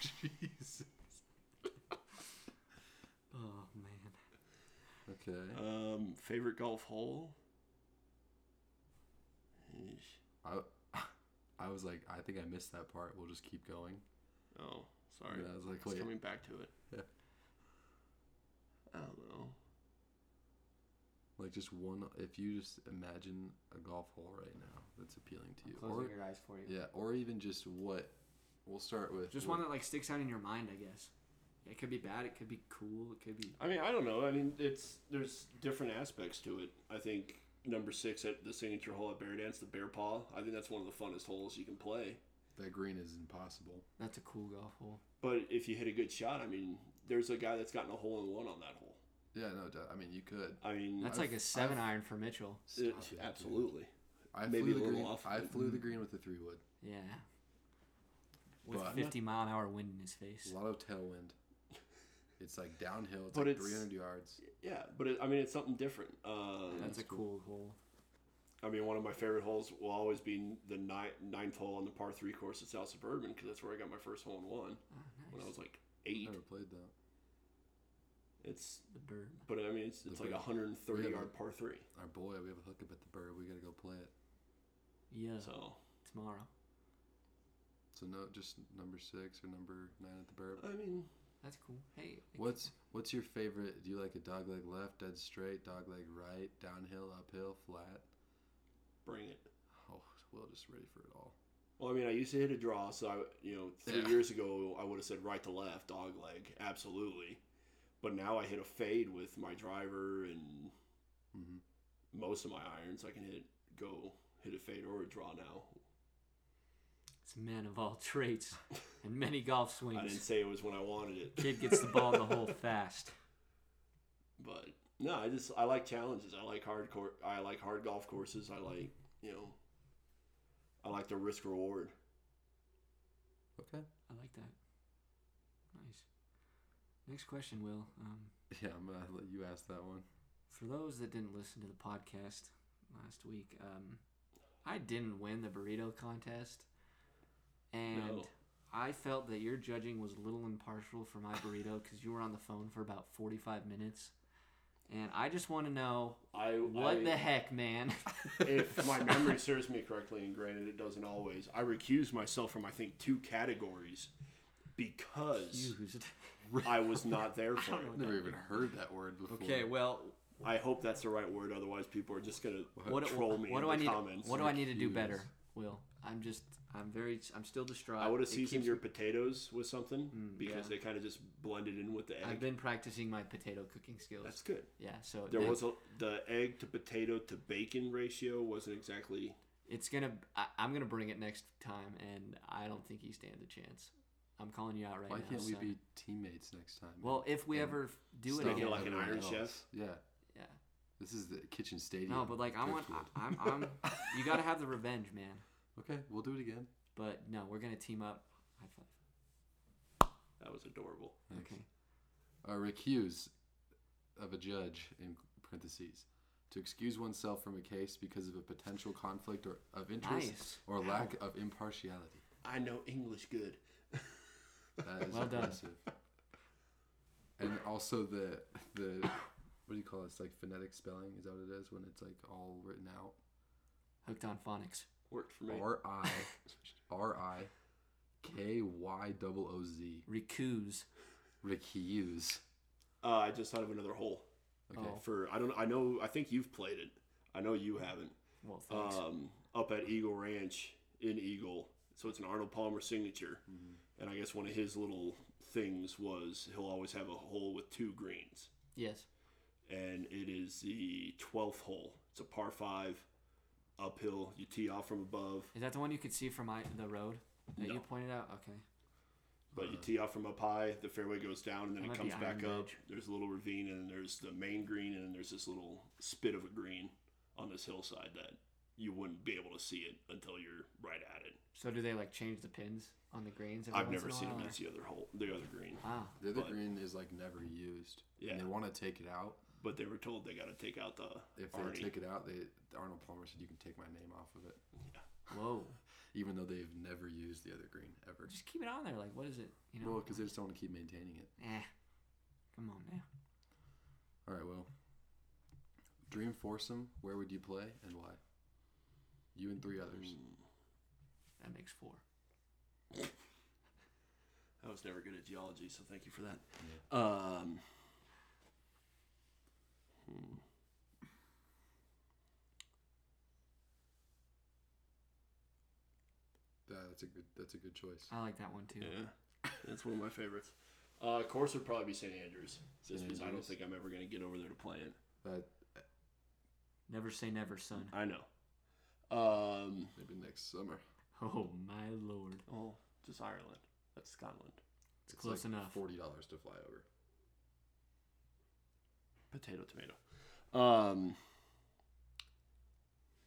[SPEAKER 3] Jeez.
[SPEAKER 1] Oh man,
[SPEAKER 3] Okay.
[SPEAKER 2] Um, favorite golf hole? Yeesh.
[SPEAKER 3] I, I was like, I think I missed that part. We'll just keep going.
[SPEAKER 2] Oh, sorry.
[SPEAKER 3] Yeah, I was like,
[SPEAKER 2] It's
[SPEAKER 3] wait.
[SPEAKER 2] coming back to it.
[SPEAKER 3] Yeah.
[SPEAKER 2] I don't know.
[SPEAKER 3] Like just one. If you just imagine a golf hole right now that's appealing to you,
[SPEAKER 1] closing
[SPEAKER 3] or
[SPEAKER 1] your eyes for you.
[SPEAKER 3] yeah, or even just what. We'll start with
[SPEAKER 1] Just
[SPEAKER 3] what-
[SPEAKER 1] one that like sticks out in your mind, I guess. It could be bad. It could be cool. It could be.
[SPEAKER 2] I mean, I don't know. I mean, it's there's different aspects to it. I think number six at the signature hole at Bear Dance, the Bear Paw. I think that's one of the funnest holes you can play.
[SPEAKER 3] that green is impossible.
[SPEAKER 1] That's a cool golf hole.
[SPEAKER 2] But if you hit a good shot, I mean, there's a guy that's gotten a hole in one on that hole.
[SPEAKER 3] Yeah, no, doubt. I mean you could.
[SPEAKER 2] I mean,
[SPEAKER 1] That's like a 7 iron for Mitchell.
[SPEAKER 2] it-
[SPEAKER 3] Stop it,
[SPEAKER 2] absolutely.
[SPEAKER 3] dude. I
[SPEAKER 2] maybe
[SPEAKER 3] flew
[SPEAKER 2] a
[SPEAKER 3] the
[SPEAKER 2] little
[SPEAKER 3] green.
[SPEAKER 2] off,
[SPEAKER 3] I
[SPEAKER 2] but-
[SPEAKER 3] flew the green with the three wood.
[SPEAKER 1] Yeah. With
[SPEAKER 3] But-
[SPEAKER 1] 50 mile an hour wind in his face.
[SPEAKER 3] A lot of tailwind. It's like downhill. It's
[SPEAKER 2] But
[SPEAKER 3] like
[SPEAKER 2] it's-
[SPEAKER 3] 300 yards.
[SPEAKER 2] Yeah, but it, I mean, it's something different. Uh,
[SPEAKER 1] That's a cool hole.
[SPEAKER 2] I mean, one of my favorite holes will always be the ni- ninth hole on the par three course at South Suburban because that's where I got my first hole in one
[SPEAKER 1] Oh,
[SPEAKER 2] when I
[SPEAKER 1] nice.
[SPEAKER 2] was like eight.
[SPEAKER 1] Oh.
[SPEAKER 3] Never played that.
[SPEAKER 2] It's
[SPEAKER 1] The bird.
[SPEAKER 2] but I mean, it's, it's
[SPEAKER 3] The
[SPEAKER 2] like a
[SPEAKER 3] bird.
[SPEAKER 2] 130
[SPEAKER 3] Yeah.
[SPEAKER 2] yard par three.
[SPEAKER 3] Our boy, we have a hookup at the bird. We gotta go play it.
[SPEAKER 1] Yeah.
[SPEAKER 2] So
[SPEAKER 1] Tomorrow.
[SPEAKER 3] So no, just number six or number nine at the bird.
[SPEAKER 2] I mean,
[SPEAKER 1] That's cool. Hey. I
[SPEAKER 3] What's what's your favorite? Do you like a dog leg left, dead straight, dog leg right, downhill, uphill, flat?
[SPEAKER 2] bring it.
[SPEAKER 3] Oh, Will just ready for it all.
[SPEAKER 2] Well, I mean, I used to hit a draw, so I, you know, three
[SPEAKER 3] Yeah.
[SPEAKER 2] years ago I would have said right to left, dog leg, absolutely. But now I hit a fade with my driver and
[SPEAKER 3] hmm
[SPEAKER 2] most of my irons. I can hit go hit a fade or a draw now.
[SPEAKER 1] It's a man of all trades and many golf
[SPEAKER 2] I didn't
[SPEAKER 1] swings.
[SPEAKER 2] say it was when I wanted it.
[SPEAKER 1] Kid gets the ball in the hole fast.
[SPEAKER 2] but no, I just I like challenges. I like hard cour I like hard golf courses. I like you know. I like the risk reward.
[SPEAKER 3] Okay.
[SPEAKER 1] I like that. Nice. Next question, Will. Um,
[SPEAKER 3] Yeah, I'm gonna let you ask that one.
[SPEAKER 1] for those that didn't listen to the podcast last week, um, I didn't win the burrito contest, and
[SPEAKER 2] No.
[SPEAKER 1] I felt that your judging was a little impartial for my burrito because you were on the phone for about forty-five minutes, and I just want to know
[SPEAKER 2] I
[SPEAKER 1] what
[SPEAKER 2] I,
[SPEAKER 1] the heck, man.
[SPEAKER 2] if my memory serves me correctly, and granted it doesn't always, I recused myself from I think two categories because
[SPEAKER 1] Used.
[SPEAKER 2] I was not there
[SPEAKER 1] I
[SPEAKER 2] for
[SPEAKER 1] don't
[SPEAKER 2] it.
[SPEAKER 1] know.
[SPEAKER 3] Never even heard that word before.
[SPEAKER 1] Okay, well,
[SPEAKER 2] I hope that's the right word. Otherwise, people are just gonna
[SPEAKER 1] what,
[SPEAKER 2] troll me
[SPEAKER 1] what
[SPEAKER 2] in
[SPEAKER 1] do
[SPEAKER 2] the
[SPEAKER 1] I need?
[SPEAKER 2] comments.
[SPEAKER 1] What do I need to do
[SPEAKER 3] Recuse.
[SPEAKER 1] better, Will? I'm just, I'm very, I'm still distraught.
[SPEAKER 2] I would have
[SPEAKER 1] It
[SPEAKER 2] seasoned
[SPEAKER 1] keeps-
[SPEAKER 2] your potatoes with something
[SPEAKER 1] Mm,
[SPEAKER 2] because
[SPEAKER 1] yeah.
[SPEAKER 2] they kind of just blended in with the egg.
[SPEAKER 1] I've been practicing my potato cooking skills.
[SPEAKER 2] That's good.
[SPEAKER 1] yeah, so
[SPEAKER 2] There
[SPEAKER 1] they-
[SPEAKER 2] was a, the egg to potato to bacon ratio wasn't exactly.
[SPEAKER 1] It's gonna. I, I'm gonna bring it next time, and I don't think he stands a chance. I'm calling you out right
[SPEAKER 3] Why
[SPEAKER 1] now.
[SPEAKER 3] can't we
[SPEAKER 1] son.
[SPEAKER 3] be teammates next time?
[SPEAKER 1] Well, if we
[SPEAKER 3] and
[SPEAKER 1] ever f- do it
[SPEAKER 3] stop
[SPEAKER 2] Make
[SPEAKER 1] again,
[SPEAKER 2] it like an
[SPEAKER 3] everyone
[SPEAKER 2] Iron
[SPEAKER 3] else?
[SPEAKER 2] Chef?
[SPEAKER 3] Yeah.
[SPEAKER 1] yeah.
[SPEAKER 3] This is the kitchen stadium.
[SPEAKER 1] No, but like I want.
[SPEAKER 3] Driftwood.
[SPEAKER 1] I, I'm. I'm. you gotta have the revenge, man.
[SPEAKER 3] Okay, we'll do it again.
[SPEAKER 1] But no, we're gonna team up. High five.
[SPEAKER 2] That was adorable.
[SPEAKER 3] Thanks.
[SPEAKER 1] Okay.
[SPEAKER 3] uh, recuse of a judge in parentheses to excuse oneself from a case because of a potential conflict or of interest
[SPEAKER 1] Nice.
[SPEAKER 3] or lack of impartiality.
[SPEAKER 2] I know English good.
[SPEAKER 3] That is
[SPEAKER 1] Well done.
[SPEAKER 3] impressive. And also the the what do you call it? It's like phonetic spelling. Is that what it is when it's like all written out?
[SPEAKER 1] Hooked on phonics.
[SPEAKER 2] Worked for me.
[SPEAKER 3] R I R I K Y double O Z
[SPEAKER 1] Recuse.
[SPEAKER 3] recuse.
[SPEAKER 2] Uh, I just thought of another hole
[SPEAKER 3] Okay,
[SPEAKER 1] Oh.
[SPEAKER 2] for I don't I know I think you've played it. I know you haven't.
[SPEAKER 1] Well, thanks.
[SPEAKER 2] Um, up at Eagle Ranch in Eagle, so it's an Arnold Palmer signature,
[SPEAKER 1] Mm-hmm.
[SPEAKER 2] and I guess one of his little things was he'll always have a hole with two greens,
[SPEAKER 1] yes.
[SPEAKER 2] and it is the twelfth hole. It's a par five, uphill. You tee off from above,
[SPEAKER 1] Is that the one you could see from my, the road that you
[SPEAKER 2] No.
[SPEAKER 1] pointed out? Okay.
[SPEAKER 2] But
[SPEAKER 3] Uh,
[SPEAKER 2] you tee off from up high, the fairway goes down, and then
[SPEAKER 1] That
[SPEAKER 2] it
[SPEAKER 1] might be
[SPEAKER 2] comes back
[SPEAKER 1] Iron
[SPEAKER 2] up.
[SPEAKER 1] Ridge.
[SPEAKER 2] There's a little ravine, and then there's the main green, and then there's this little spit of a green on this hillside that you wouldn't be able to see it until you're right at it.
[SPEAKER 1] So do they like change the pins on the greens? every
[SPEAKER 2] I've
[SPEAKER 1] once
[SPEAKER 2] never
[SPEAKER 1] in a
[SPEAKER 2] seen
[SPEAKER 1] while,
[SPEAKER 2] them
[SPEAKER 1] or- Ah,
[SPEAKER 2] as the other hole, the other green.
[SPEAKER 1] Wow.
[SPEAKER 3] the other
[SPEAKER 2] but-
[SPEAKER 3] green is like never used.
[SPEAKER 2] Yeah.
[SPEAKER 3] and they want to take it out,
[SPEAKER 2] but they were told they got to take out the
[SPEAKER 3] If they
[SPEAKER 2] Arnie.
[SPEAKER 3] take it out, they Arnold Palmer said you can take my name off of it,
[SPEAKER 1] Whoa.
[SPEAKER 3] even though they've never used the other green ever.
[SPEAKER 1] Just keep it on there. Like, what is it? You know?
[SPEAKER 3] Well, because they just don't want to keep maintaining it.
[SPEAKER 1] Eh. Come on now.
[SPEAKER 3] All right, well, dream foursome. Where would you play and why? You and three others.
[SPEAKER 1] Mm.
[SPEAKER 2] Mm.
[SPEAKER 1] That makes four.
[SPEAKER 2] I was never good at geology, so thank you for that. Um, hmm.
[SPEAKER 3] Uh, that's a good. That's a good choice.
[SPEAKER 1] I like that one too.
[SPEAKER 2] yeah, that's one of my favorites. Uh, of course, would probably be St. Andrews, just
[SPEAKER 3] St.
[SPEAKER 2] because I don't
[SPEAKER 3] Andrews.
[SPEAKER 2] think I'm ever going to get over there to play it.
[SPEAKER 3] That
[SPEAKER 1] Never say never, son.
[SPEAKER 2] I know. Um,
[SPEAKER 3] maybe next summer.
[SPEAKER 1] Oh my lord.
[SPEAKER 2] oh, just Ireland. That's Scotland.
[SPEAKER 1] It's, close
[SPEAKER 3] like
[SPEAKER 1] enough.
[SPEAKER 3] Forty dollars to fly over.
[SPEAKER 2] Potato, tomato. Um,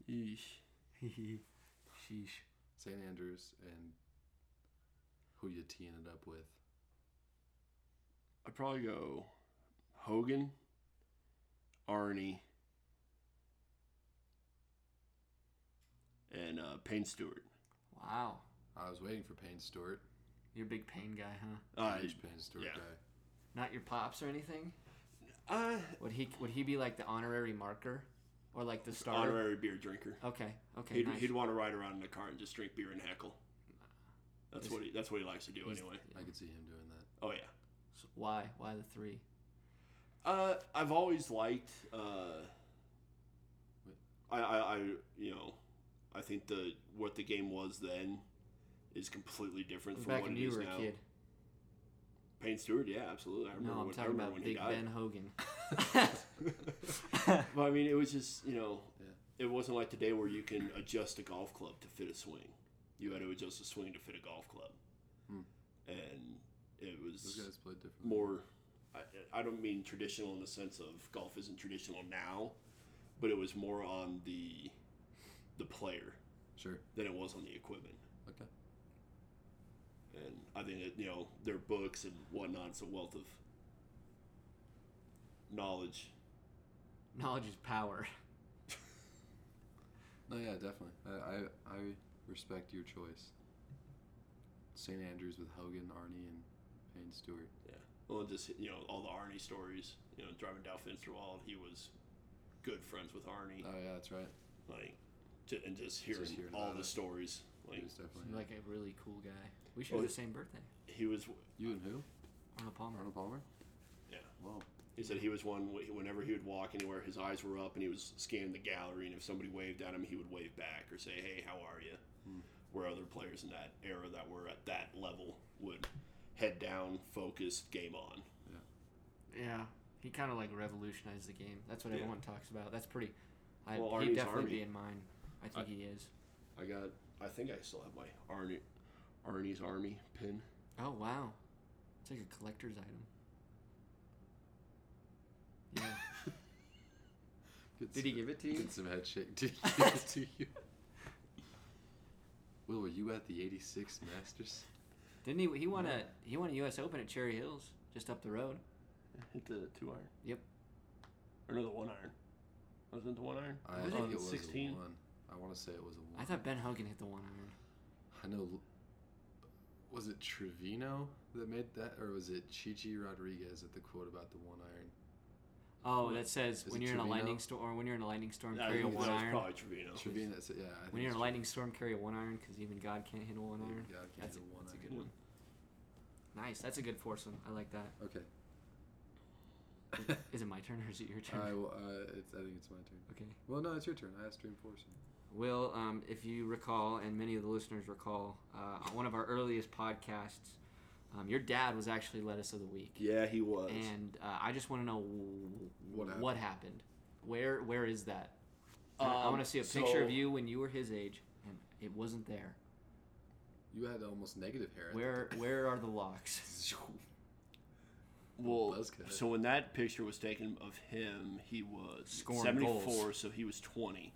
[SPEAKER 2] yeesh.
[SPEAKER 1] Sheesh.
[SPEAKER 3] St. Andrews and who you teeing it up with?
[SPEAKER 2] I'd probably go Hogan, Arnie, and uh, Payne Stewart.
[SPEAKER 1] Wow.
[SPEAKER 3] I was waiting for Payne Stewart.
[SPEAKER 1] You're a big pain guy, huh?
[SPEAKER 2] I,
[SPEAKER 3] Huge Payne Stewart
[SPEAKER 2] Uh, yeah.
[SPEAKER 3] guy.
[SPEAKER 1] Not your pops or anything?
[SPEAKER 2] I
[SPEAKER 1] Would he would he be like the honorary marker? Or like the starter?
[SPEAKER 2] honorary beer drinker.
[SPEAKER 1] Okay, okay.
[SPEAKER 2] He'd,
[SPEAKER 1] nice.
[SPEAKER 2] he'd want to ride around in a car and just drink beer and heckle. That's what he, that's what he likes to do anyway.
[SPEAKER 3] I could see him doing that.
[SPEAKER 2] Oh yeah.
[SPEAKER 1] So why? Why the three?
[SPEAKER 2] Uh, I've always liked. Uh, I, I, I, you know, I think the what the game was then is completely
[SPEAKER 1] It
[SPEAKER 2] different
[SPEAKER 1] was
[SPEAKER 2] from
[SPEAKER 1] back
[SPEAKER 2] what
[SPEAKER 1] when
[SPEAKER 2] it
[SPEAKER 1] you
[SPEAKER 2] is
[SPEAKER 1] were a
[SPEAKER 2] now.
[SPEAKER 1] kid.
[SPEAKER 2] Payne Stewart, yeah, absolutely. I remember,
[SPEAKER 1] No, I'm
[SPEAKER 2] when, I
[SPEAKER 1] talking
[SPEAKER 2] remember
[SPEAKER 1] about
[SPEAKER 2] when he
[SPEAKER 1] Big
[SPEAKER 2] died.
[SPEAKER 1] Ben Hogan.
[SPEAKER 2] Well, I mean, it was just you know,
[SPEAKER 3] Yeah.
[SPEAKER 2] it wasn't like today where you can adjust a golf club to fit a swing. You had to adjust a swing to fit a golf club,
[SPEAKER 3] Hmm.
[SPEAKER 2] and it
[SPEAKER 3] Those
[SPEAKER 2] was
[SPEAKER 3] guys played differently.
[SPEAKER 2] more. I, I don't mean traditional in the sense of golf isn't traditional now, but it was more on the the player
[SPEAKER 3] Sure.
[SPEAKER 2] than it was on the equipment.
[SPEAKER 3] Okay.
[SPEAKER 2] And I think that you know their books and whatnot's a wealth of knowledge.
[SPEAKER 1] Knowledge is power.
[SPEAKER 3] No, yeah, definitely. I, I, I respect your choice. St. Andrews with Hogan, Arnie, and Payne Stewart.
[SPEAKER 2] Yeah. Well, just you know, all the Arnie stories. You know, driving down Finsterwald, he was good friends with Arnie.
[SPEAKER 3] Oh yeah, that's right.
[SPEAKER 2] Like, ju- and just hearing,
[SPEAKER 3] hearing
[SPEAKER 2] all
[SPEAKER 3] about
[SPEAKER 2] the
[SPEAKER 3] it.
[SPEAKER 2] stories.
[SPEAKER 3] He
[SPEAKER 2] Like,
[SPEAKER 3] was definitely.
[SPEAKER 1] Seemed like a really cool guy. We share
[SPEAKER 2] Oh,
[SPEAKER 1] the
[SPEAKER 2] yeah.
[SPEAKER 1] same birthday.
[SPEAKER 2] he was.
[SPEAKER 3] you and who?
[SPEAKER 1] Arnold Palmer.
[SPEAKER 3] Arnold Palmer.
[SPEAKER 2] Yeah.
[SPEAKER 3] Whoa.
[SPEAKER 2] He said he was one. wh- Whenever he would walk anywhere, his eyes were up, and he was scanning the gallery. And if somebody waved at him, he would wave back or say, "Hey, how are you?" Where other players in that era that were at that level would head down, focused, game on.
[SPEAKER 1] Yeah, he kind of like revolutionized the game. That's what
[SPEAKER 2] Yeah.
[SPEAKER 1] everyone talks about. That's pretty. I,
[SPEAKER 2] Well,
[SPEAKER 1] he'd
[SPEAKER 2] Arnie's
[SPEAKER 1] definitely
[SPEAKER 2] Army.
[SPEAKER 1] be in mine. I think he is.
[SPEAKER 2] I got. I think I still have my Arnie, Arnie's Army pin.
[SPEAKER 1] Oh wow, it's like a collector's item. Yeah.
[SPEAKER 3] Good
[SPEAKER 1] Did he give it to you?
[SPEAKER 3] Did some head shake. Did he give it to you? Will, were you at the '86 Masters?
[SPEAKER 1] Didn't he? He won a he won a U.S. Open at Cherry Hills, just up the road.
[SPEAKER 2] Hit the two iron.
[SPEAKER 1] Yep.
[SPEAKER 2] Or no, the one iron. Wasn't it the one iron?
[SPEAKER 3] I
[SPEAKER 1] Was it
[SPEAKER 3] think
[SPEAKER 2] in
[SPEAKER 3] it was
[SPEAKER 2] 16?
[SPEAKER 3] a one. I want to say it was a one.
[SPEAKER 1] I thought Ben Hogan hit the one iron.
[SPEAKER 3] I know. Was it Trevino that made that, or was it Chichi Rodriguez at the quote about the one iron?
[SPEAKER 1] Oh, that says
[SPEAKER 3] Is
[SPEAKER 1] when
[SPEAKER 3] it
[SPEAKER 1] you're in a
[SPEAKER 3] Trevino?
[SPEAKER 1] lightning storm, or when you're in a lightning storm,
[SPEAKER 2] I
[SPEAKER 1] carry a
[SPEAKER 2] think
[SPEAKER 1] one
[SPEAKER 2] that was
[SPEAKER 1] iron.
[SPEAKER 2] probably Trevino.
[SPEAKER 3] Trevino. that's it, Yeah. I
[SPEAKER 1] When you're in a
[SPEAKER 3] like,
[SPEAKER 1] lightning storm, carry a one iron because even God can't hit a one iron.
[SPEAKER 3] God can't
[SPEAKER 1] That's a,
[SPEAKER 3] hit a one
[SPEAKER 1] that's a
[SPEAKER 3] iron.
[SPEAKER 1] good one. Nice. That's a good foursome. I like that.
[SPEAKER 3] Okay.
[SPEAKER 1] Is it my turn or is it your turn?
[SPEAKER 3] I will, uh, it's, I think it's my turn.
[SPEAKER 1] okay.
[SPEAKER 3] Well, no, it's your turn. I asked Dream Force.
[SPEAKER 1] Will, um, if you recall, and many of the listeners recall, uh, on one of our earliest podcasts, um, your dad was actually lettuce of the week,
[SPEAKER 2] Yeah, he was.
[SPEAKER 1] and uh, I just want to know w-
[SPEAKER 3] What happened?
[SPEAKER 1] what happened. Where where is that? I- I
[SPEAKER 2] Um,
[SPEAKER 1] want to see a picture of
[SPEAKER 2] so-
[SPEAKER 1] you when you were his age, and it wasn't there.
[SPEAKER 3] You had almost negative hair. at
[SPEAKER 1] Where where are the locks?
[SPEAKER 3] the-
[SPEAKER 1] Oh,
[SPEAKER 2] Well,
[SPEAKER 3] Buzz cut.
[SPEAKER 2] so when that picture was taken of him, he was
[SPEAKER 1] Scoring
[SPEAKER 2] 74,
[SPEAKER 1] goals.
[SPEAKER 2] so he was 20.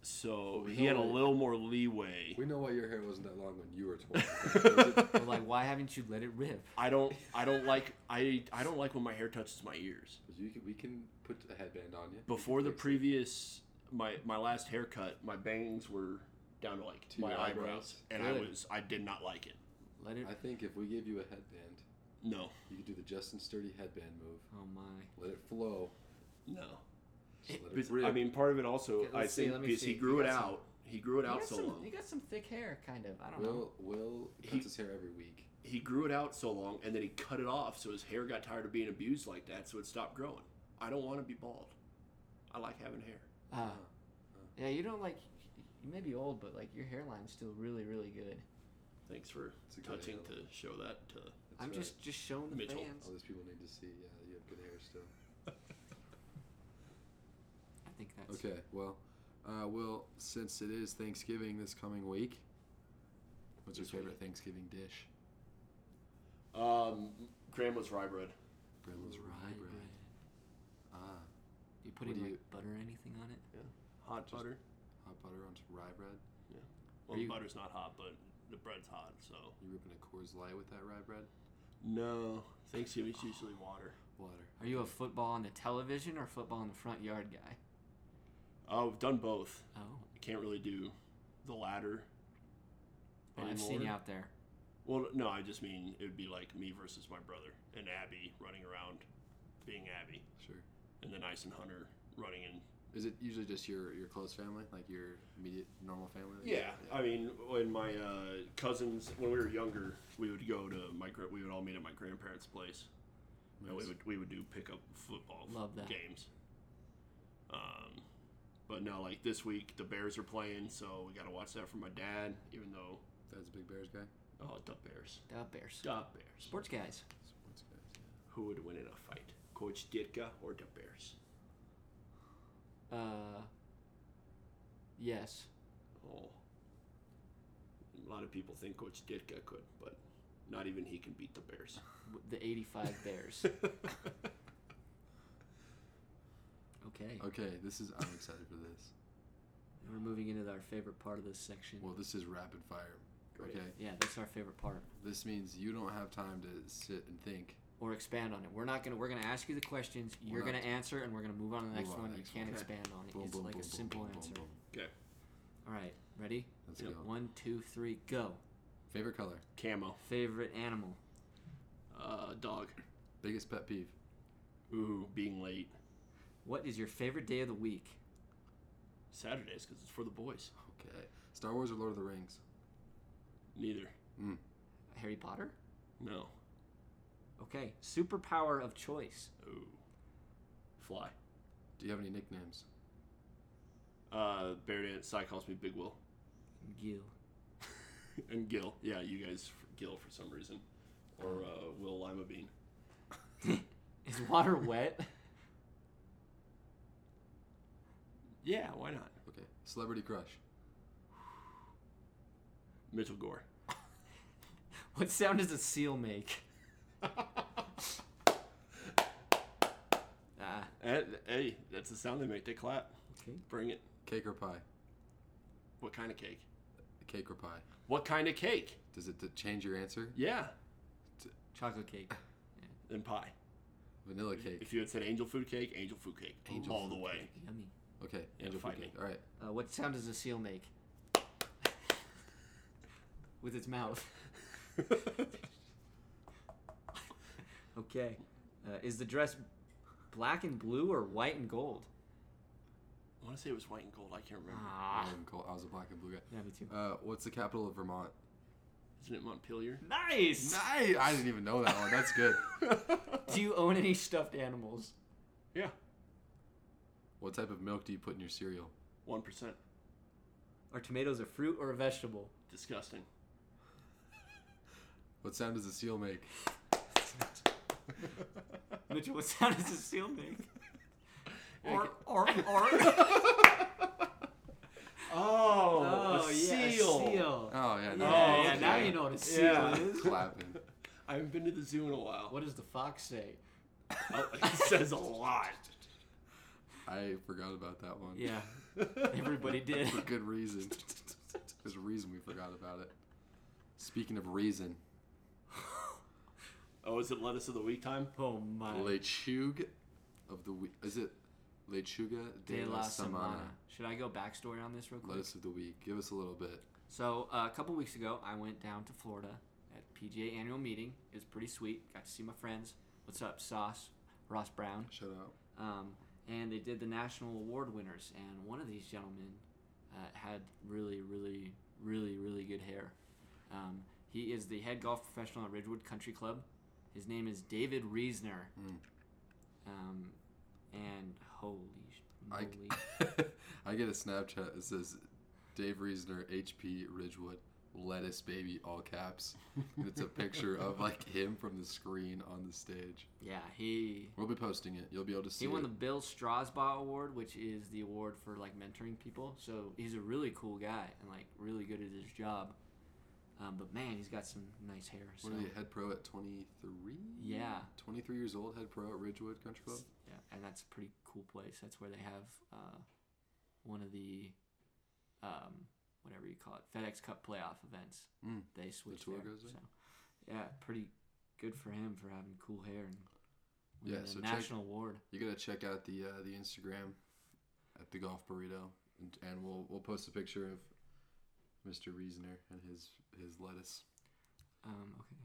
[SPEAKER 2] So
[SPEAKER 3] We
[SPEAKER 2] he had a
[SPEAKER 3] know it.
[SPEAKER 2] little more leeway.
[SPEAKER 3] We know why your hair wasn't that long when you were 20. Was it-
[SPEAKER 1] But like, why haven't you let it rip?
[SPEAKER 2] I don't I don't like I I don't like when my hair touches my ears.
[SPEAKER 3] you can, we can put a headband on you.
[SPEAKER 2] Before the
[SPEAKER 3] Fix it.
[SPEAKER 2] previous my my last haircut, my bangs were down to like
[SPEAKER 3] To
[SPEAKER 2] my
[SPEAKER 3] your
[SPEAKER 2] eyebrows,
[SPEAKER 3] eyebrows.
[SPEAKER 2] and I
[SPEAKER 1] Good.
[SPEAKER 2] was I did not like it.
[SPEAKER 1] Let it.
[SPEAKER 3] I think if we give you a headband,
[SPEAKER 2] No,
[SPEAKER 3] you could do the Justin Sturdy headband move.
[SPEAKER 1] Oh my.
[SPEAKER 3] Let it flow.
[SPEAKER 2] no.
[SPEAKER 3] Just let it
[SPEAKER 2] But,
[SPEAKER 3] rip.
[SPEAKER 2] I mean, part of it also
[SPEAKER 1] Okay,
[SPEAKER 2] I
[SPEAKER 1] let's see,
[SPEAKER 2] think
[SPEAKER 1] let me
[SPEAKER 2] because he
[SPEAKER 1] see.
[SPEAKER 2] grew
[SPEAKER 1] You
[SPEAKER 2] it
[SPEAKER 1] got some-
[SPEAKER 2] out, he grew it
[SPEAKER 1] You
[SPEAKER 2] out
[SPEAKER 1] got
[SPEAKER 2] so
[SPEAKER 1] some-
[SPEAKER 2] long.
[SPEAKER 1] You got some thick hair, kind of. I don't know.
[SPEAKER 3] Will Will cuts
[SPEAKER 2] He-
[SPEAKER 3] his hair every week.
[SPEAKER 2] He grew it out so long, and then he cut it off, so his hair got tired of being abused like that, so it stopped growing. I don't want to be bald. I like having hair.
[SPEAKER 1] Ah. yeah, you don't like. You may be old, but like your hairline's still really, really good.
[SPEAKER 2] Thanks for
[SPEAKER 3] It's a good
[SPEAKER 2] touching
[SPEAKER 3] hairline.
[SPEAKER 2] to show that to
[SPEAKER 3] That's
[SPEAKER 1] I'm
[SPEAKER 3] right.
[SPEAKER 1] just just showing the
[SPEAKER 2] Mitchell.
[SPEAKER 1] fans.
[SPEAKER 3] All these people need to see. Yeah, you have good hair still.
[SPEAKER 1] I think that's
[SPEAKER 3] Okay, well, uh, Will, since it is Thanksgiving this coming week, what's your
[SPEAKER 2] This week.
[SPEAKER 3] favorite Thanksgiving dish?
[SPEAKER 2] Um, grandma's rye bread.
[SPEAKER 3] Grandma's
[SPEAKER 1] Ooh,
[SPEAKER 3] rye bread. Ah,
[SPEAKER 1] You put
[SPEAKER 3] What
[SPEAKER 1] any
[SPEAKER 3] do you-
[SPEAKER 1] like, butter or anything on it?
[SPEAKER 2] Hot
[SPEAKER 3] Just-
[SPEAKER 2] butter.
[SPEAKER 3] hot butter on some rye bread.
[SPEAKER 2] Well,
[SPEAKER 1] Are
[SPEAKER 2] the
[SPEAKER 1] you-
[SPEAKER 2] butter's not hot, but the bread's hot. So
[SPEAKER 3] You ripping a Coors Light with that rye bread?
[SPEAKER 2] no, Thanksgiving's usually water.
[SPEAKER 3] Water.
[SPEAKER 1] Are you a football on the television or football in the front yard guy?
[SPEAKER 2] Oh, I've done both.
[SPEAKER 1] Oh,
[SPEAKER 2] I can't really do the latter.
[SPEAKER 1] well, I've seen
[SPEAKER 2] anymore.
[SPEAKER 1] you out there.
[SPEAKER 2] Well, no, I just mean it would be like me versus my brother and Abby running around, being Abby,
[SPEAKER 3] Sure.
[SPEAKER 2] and then Ice and Hunter running in.
[SPEAKER 3] Is it usually just your your close family, like your immediate normal family? that you-
[SPEAKER 2] Yeah, I mean, when my uh, cousins, when we were younger, we would go to my gra- we would all meet at my grandparents' place, and we
[SPEAKER 3] Nice.
[SPEAKER 2] would we would do pickup football f-
[SPEAKER 1] Love that.
[SPEAKER 2] games. Um, but no, like this week the Bears are playing, so we got to watch that for my dad. Even though,
[SPEAKER 3] Dad's a big Bears guy.
[SPEAKER 2] oh, the Bears,
[SPEAKER 1] The Bears.
[SPEAKER 2] the Bears.
[SPEAKER 1] Sports guys.
[SPEAKER 3] Sports guys. Yeah.
[SPEAKER 2] Who would win in a fight, Coach Ditka or the Bears?
[SPEAKER 1] Uh. Yes.
[SPEAKER 2] Oh, a lot of people think Coach Ditka could, but not even he can beat the Bears.
[SPEAKER 1] W- The 85 Bears. Okay.
[SPEAKER 3] Okay, this is I'm excited for this.
[SPEAKER 1] We're moving into our favorite part of this section.
[SPEAKER 3] Well, this is rapid fire.
[SPEAKER 2] Great.
[SPEAKER 3] Okay,
[SPEAKER 1] Yeah, that's our favorite part.
[SPEAKER 3] this means you don't have time to sit and think.
[SPEAKER 1] Or expand on it. We're not gonna. We're gonna ask you the questions.
[SPEAKER 3] We're
[SPEAKER 1] You're
[SPEAKER 3] not-
[SPEAKER 1] gonna answer, and we're gonna move on to the
[SPEAKER 3] Move
[SPEAKER 1] next
[SPEAKER 3] on to
[SPEAKER 1] one.
[SPEAKER 3] the
[SPEAKER 1] You
[SPEAKER 3] next
[SPEAKER 1] can't
[SPEAKER 3] one.
[SPEAKER 1] expand on it.
[SPEAKER 3] Boom,
[SPEAKER 1] it's
[SPEAKER 3] boom,
[SPEAKER 1] like
[SPEAKER 3] boom,
[SPEAKER 1] a
[SPEAKER 3] boom,
[SPEAKER 1] simple
[SPEAKER 3] boom, boom,
[SPEAKER 1] answer.
[SPEAKER 3] boom.
[SPEAKER 1] All right, ready?
[SPEAKER 3] Let's
[SPEAKER 2] Yep.
[SPEAKER 3] go.
[SPEAKER 1] One, two, three, go.
[SPEAKER 3] Favorite color?
[SPEAKER 2] Camo,
[SPEAKER 1] Favorite animal.
[SPEAKER 2] uh, dog.
[SPEAKER 3] Biggest pet peeve?
[SPEAKER 2] Ooh, being late.
[SPEAKER 1] What is your favorite day of the week?
[SPEAKER 2] Saturdays because it's for the boys.
[SPEAKER 3] Okay. Star Wars or Lord of the Rings?
[SPEAKER 2] Neither.
[SPEAKER 1] Harry Potter?
[SPEAKER 2] No.
[SPEAKER 1] Okay. Superpower of choice.
[SPEAKER 2] Ooh. Fly.
[SPEAKER 3] Do you have any nicknames?
[SPEAKER 2] Uh, Bear Dance. Cy calls me Big Will.
[SPEAKER 1] Gil.
[SPEAKER 2] And Gil. Yeah, you guys, f- Gil for some reason. Or uh, Will Lima Bean.
[SPEAKER 1] Is water wet?
[SPEAKER 2] Yeah, why not?
[SPEAKER 3] Okay. Celebrity crush?
[SPEAKER 2] Mitchell Gore.
[SPEAKER 1] what sound does a seal make? ah,
[SPEAKER 2] Eh, Hey, that's the sound they make. They clap.
[SPEAKER 1] okay.
[SPEAKER 2] Bring it.
[SPEAKER 3] Cake or pie?
[SPEAKER 2] What kind of cake?
[SPEAKER 3] Cake or pie?
[SPEAKER 2] What kind of cake?
[SPEAKER 3] Does it t- change your answer?
[SPEAKER 2] Yeah.
[SPEAKER 1] Chocolate cake.
[SPEAKER 2] And pie.
[SPEAKER 3] Vanilla cake.
[SPEAKER 2] If you had said angel food cake, angel food cake.
[SPEAKER 3] Angel
[SPEAKER 2] All
[SPEAKER 3] food
[SPEAKER 2] the way.
[SPEAKER 1] Yummy.
[SPEAKER 3] Okay.
[SPEAKER 2] Yeah,
[SPEAKER 3] angel food
[SPEAKER 2] fight me.
[SPEAKER 3] cake. All right.
[SPEAKER 1] Uh, what sound does a seal make? With its mouth. Okay. Uh, is the dress black and blue or white and gold?
[SPEAKER 2] I want to say it was white and gold. I can't remember.
[SPEAKER 1] Ah.
[SPEAKER 3] I'm cool. I was a black and blue guy.
[SPEAKER 1] Yeah, me too.
[SPEAKER 3] Uh, what's the capital of Vermont?
[SPEAKER 2] Isn't it Montpelier?
[SPEAKER 1] Nice.
[SPEAKER 3] Nice. I didn't even know that one. That's good.
[SPEAKER 1] Do you own any stuffed animals?
[SPEAKER 2] Yeah.
[SPEAKER 3] What type of milk do you put in your cereal?
[SPEAKER 2] 1%.
[SPEAKER 1] Are tomatoes a fruit or a vegetable?
[SPEAKER 2] Disgusting.
[SPEAKER 3] What sound does a seal make?
[SPEAKER 1] Mitchell, what sound does a seal make?
[SPEAKER 2] Or-
[SPEAKER 1] or, or.
[SPEAKER 2] Oh,
[SPEAKER 1] oh,
[SPEAKER 2] a
[SPEAKER 1] yeah, a
[SPEAKER 2] seal.
[SPEAKER 1] seal.
[SPEAKER 3] Oh yeah.
[SPEAKER 1] Yeah,
[SPEAKER 3] No.
[SPEAKER 2] Oh,
[SPEAKER 1] yeah, now
[SPEAKER 2] okay.
[SPEAKER 1] you know what a seal
[SPEAKER 2] Yeah.
[SPEAKER 1] is.
[SPEAKER 3] Clapping.
[SPEAKER 2] I haven't been to the zoo in a while.
[SPEAKER 1] What does the fox say?
[SPEAKER 2] Oh, it says a lot.
[SPEAKER 3] I forgot about that one.
[SPEAKER 1] Yeah, everybody did.
[SPEAKER 3] For good reason. There's a reason we forgot about it. Speaking of reason,
[SPEAKER 2] Oh, is it lettuce of the week time?
[SPEAKER 1] Oh my.
[SPEAKER 3] lechuga of the week. Is it lechuga de, la, semana?
[SPEAKER 1] Should I go backstory on this real quick?
[SPEAKER 3] Lettuce of the week. Give us a little bit.
[SPEAKER 1] So uh, a couple weeks ago, I went down to Florida at PGA annual meeting. It was pretty sweet. Got to see my friends. What's up, Sauce? Ross Brown.
[SPEAKER 3] Shout out.
[SPEAKER 1] Um, and they did the national award winners, and one of these gentlemen uh, had really, really, really, really good hair. Um, he is the head golf professional at Ridgewood Country Club. His name is David Reesner.
[SPEAKER 3] Mm.
[SPEAKER 1] Um, and holy sh-
[SPEAKER 3] I-
[SPEAKER 1] moly.
[SPEAKER 3] I get a Snapchat that says Dave Reasoner, HP Ridgewood, lettuce baby, all caps. And it's a picture of like him from the screen on the stage.
[SPEAKER 1] yeah, he
[SPEAKER 3] We'll be posting it. You'll be able to see
[SPEAKER 1] He won
[SPEAKER 3] it.
[SPEAKER 1] the Bill Strasbaugh Award, which is the award for like mentoring people. So he's a really cool guy and like really good at his job. Um, but man, he's got some nice hair. So
[SPEAKER 3] What are they, head pro at 23?
[SPEAKER 1] Yeah.
[SPEAKER 3] 23 years old, head pro at Ridgewood Country Club.
[SPEAKER 1] yeah, and that's a pretty cool place. That's where they have uh, one of the um, whatever you call it FedEx Cup playoff events.
[SPEAKER 3] Mm.
[SPEAKER 1] They switch
[SPEAKER 3] tour
[SPEAKER 1] there.
[SPEAKER 3] goes there?
[SPEAKER 1] So yeah, pretty good for him for having cool hair and
[SPEAKER 3] Yeah,
[SPEAKER 1] winning a
[SPEAKER 3] so check-
[SPEAKER 1] national award.
[SPEAKER 3] You gotta check out the uh, the Instagram at the Golf Burrito, and, and we'll we'll post a picture of Mr. Reasoner and his his lettuce.
[SPEAKER 1] Um, okay,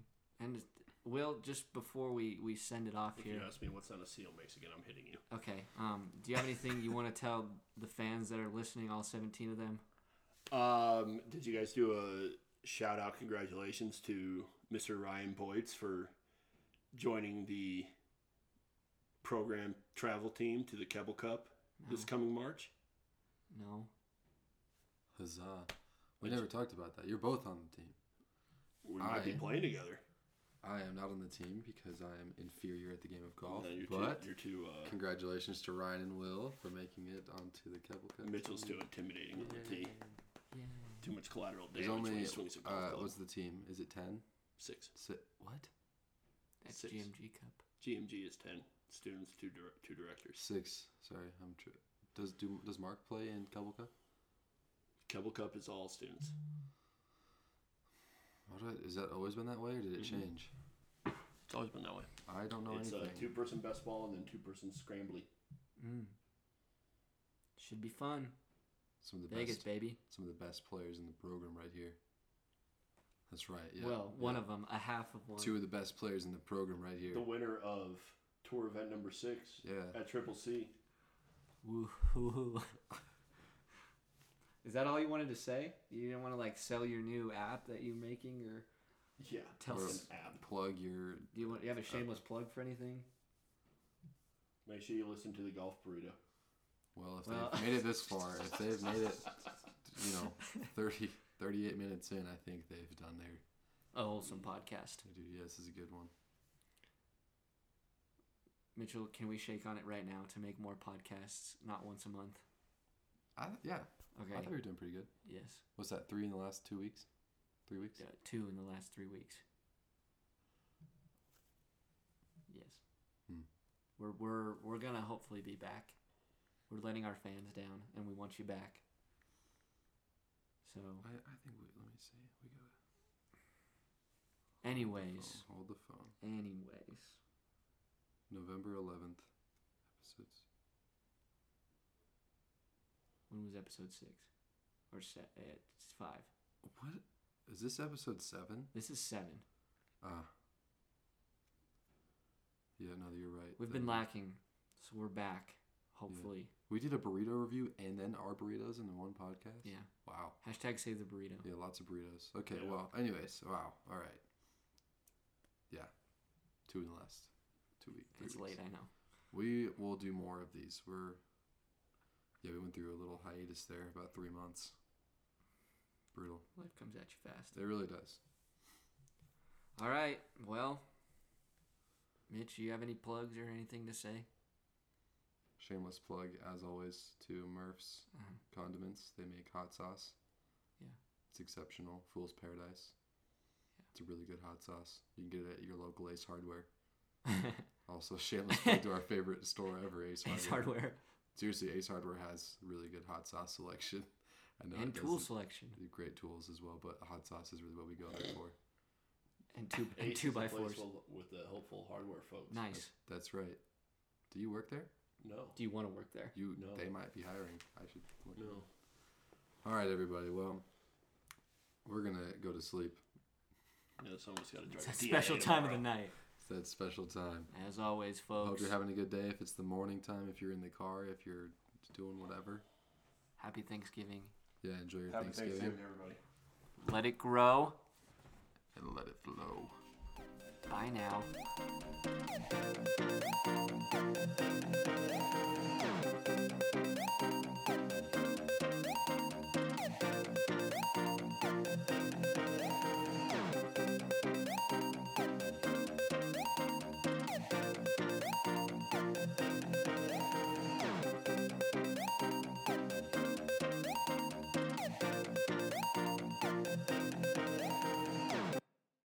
[SPEAKER 1] and Will, just before we we send it off
[SPEAKER 2] If
[SPEAKER 1] here.
[SPEAKER 2] you ask me what's on a seal mix again, I'm hitting you.
[SPEAKER 1] Okay. Um, do you have anything you want to tell the fans that are listening, all 17 of them?
[SPEAKER 2] Um, did you guys do a shout out? Congratulations to Mr. Ryan Boyds for joining the program travel team to the Kebble Cup this coming March.
[SPEAKER 1] No.
[SPEAKER 3] Huzzah! We never talked about that. You're both on the team.
[SPEAKER 2] We might be
[SPEAKER 3] I-
[SPEAKER 2] playing together.
[SPEAKER 3] I am not on the team because I am inferior at the game of golf.
[SPEAKER 2] No, you're
[SPEAKER 3] but
[SPEAKER 2] too, you're too uh,
[SPEAKER 3] congratulations to Ryan and Will for making it onto the Kebble Cup.
[SPEAKER 2] Mitchell's too intimidating on the tee.
[SPEAKER 1] Yeah.
[SPEAKER 2] Too much collateral
[SPEAKER 3] There's
[SPEAKER 2] damage when
[SPEAKER 3] only
[SPEAKER 2] he swings a golf
[SPEAKER 3] uh,
[SPEAKER 2] club.
[SPEAKER 3] what's the team? Is it ten?
[SPEAKER 2] Six.
[SPEAKER 3] Si what?
[SPEAKER 1] That's
[SPEAKER 2] Six.
[SPEAKER 1] GMG Cup.
[SPEAKER 2] GMG is ten students, two dir- two directors.
[SPEAKER 3] Six. Sorry, I'm. Tr- does do does Mark play in Kebble Cup?
[SPEAKER 2] Kebble Cup is all students.
[SPEAKER 3] What do I- is that always been that way, or did it change?
[SPEAKER 2] It's always been that way.
[SPEAKER 3] I don't know
[SPEAKER 2] Mm-hmm. it's a
[SPEAKER 3] anything.
[SPEAKER 2] two person best ball and then two person scrambly.
[SPEAKER 1] Mm. Should be fun.
[SPEAKER 3] some of the
[SPEAKER 1] Vegas,
[SPEAKER 3] best,
[SPEAKER 1] baby.
[SPEAKER 3] some of the best players in the program right here. That's right. Yeah.
[SPEAKER 1] well, one
[SPEAKER 3] yeah.
[SPEAKER 1] of them, a half of one.
[SPEAKER 3] two of the best players in the program right here.
[SPEAKER 2] The winner of tour event number six
[SPEAKER 3] Yeah.
[SPEAKER 2] at Triple C.
[SPEAKER 1] Woohoo. Is that all you wanted to say? You didn't want to like sell your new app that you're making, or
[SPEAKER 2] Yeah.
[SPEAKER 1] Tell
[SPEAKER 2] it's
[SPEAKER 1] us.
[SPEAKER 2] an app.
[SPEAKER 3] Plug your.
[SPEAKER 1] do you want you have
[SPEAKER 3] Uh,
[SPEAKER 1] a shameless plug for anything?
[SPEAKER 2] Make sure you listen to the golf burrito.
[SPEAKER 3] Well, if
[SPEAKER 1] Well-
[SPEAKER 3] they've made it this far, if they've made it, you know, 30, 38 minutes in, I think they've done their.
[SPEAKER 1] A wholesome podcast.
[SPEAKER 3] They do. Yeah, this is a good one.
[SPEAKER 1] Mitchell, can we shake on it right now to make more podcasts, not once a month?
[SPEAKER 3] I, yeah, I
[SPEAKER 1] Okay.
[SPEAKER 3] thought we were doing pretty good.
[SPEAKER 1] Yes.
[SPEAKER 3] What's that? Three in the last two weeks? Three weeks?
[SPEAKER 1] Uh, two in the last three weeks. Yes.
[SPEAKER 3] Hmm.
[SPEAKER 1] We're we're we're gonna hopefully be back. We're letting our fans down, and we want you back. So,
[SPEAKER 3] I, I think we. Let me see. We got.
[SPEAKER 1] anyways,
[SPEAKER 3] Hold the phone.
[SPEAKER 1] anyways,
[SPEAKER 3] November 11th. Episodes.
[SPEAKER 1] when was episode six or set? It's five.
[SPEAKER 3] What? Is this episode 7?
[SPEAKER 1] This is seven.
[SPEAKER 3] Ah. yeah, no, you're right.
[SPEAKER 1] We've
[SPEAKER 3] That-
[SPEAKER 1] been lacking, so we're back. Hopefully,
[SPEAKER 3] We did a burrito review and then our burritos in the one podcast?
[SPEAKER 1] yeah.
[SPEAKER 3] Wow.
[SPEAKER 1] Hashtag save the burrito.
[SPEAKER 3] Yeah, lots of burritos. Okay,
[SPEAKER 2] Yeah.
[SPEAKER 3] well, anyways, wow. All right. Yeah. Two in the last two week- three
[SPEAKER 1] It's
[SPEAKER 3] weeks.
[SPEAKER 1] late, I know.
[SPEAKER 3] We will do more of these. We're yeah, we went through a little hiatus there, about three months. Brutal.
[SPEAKER 1] Life comes at you fast.
[SPEAKER 3] It really does.
[SPEAKER 1] All right. Well, Mitch, you have any plugs or anything to say?
[SPEAKER 3] Shameless plug, as always, to Murph's
[SPEAKER 1] Um,
[SPEAKER 3] condiments. They make hot sauce.
[SPEAKER 1] Yeah.
[SPEAKER 3] It's exceptional. Fool's Paradise. It's a really good hot sauce. You can get it at your local Ace Hardware. Also, shameless plug to our favorite store ever, Ace Hardware.
[SPEAKER 1] Ace Hardware.
[SPEAKER 3] seriously, Ace Hardware has really good hot sauce selection. I know
[SPEAKER 1] and
[SPEAKER 3] it
[SPEAKER 1] tool
[SPEAKER 3] doesn't-
[SPEAKER 1] selection
[SPEAKER 3] great tools as well, but hot sauce is really what we go there for.
[SPEAKER 1] and two and
[SPEAKER 2] Ace
[SPEAKER 1] two
[SPEAKER 2] is a
[SPEAKER 1] by
[SPEAKER 2] place
[SPEAKER 1] fours.
[SPEAKER 2] full- with the helpful hardware folks.
[SPEAKER 1] Nice.
[SPEAKER 3] That's right. Do you work there?
[SPEAKER 2] No.
[SPEAKER 1] Do you want to work there?
[SPEAKER 3] You
[SPEAKER 2] No.
[SPEAKER 3] they might be hiring. I should look.
[SPEAKER 2] No.
[SPEAKER 3] All right, everybody. Well, we're gonna go to sleep.
[SPEAKER 2] Yeah, someone's got to drive.
[SPEAKER 1] It's a special time of the
[SPEAKER 2] tomorrow.
[SPEAKER 1] night.
[SPEAKER 3] It's that special time.
[SPEAKER 1] As always,
[SPEAKER 3] Hope
[SPEAKER 1] folks.
[SPEAKER 3] you're having a good day. If it's the morning time, if you're in the car, if you're doing whatever,
[SPEAKER 1] Happy Thanksgiving.
[SPEAKER 3] yeah, enjoy your
[SPEAKER 2] Happy
[SPEAKER 3] Thanksgiving,
[SPEAKER 2] Thanksgiving, everybody.
[SPEAKER 1] Let it grow.
[SPEAKER 3] and let it flow.
[SPEAKER 1] Bye now.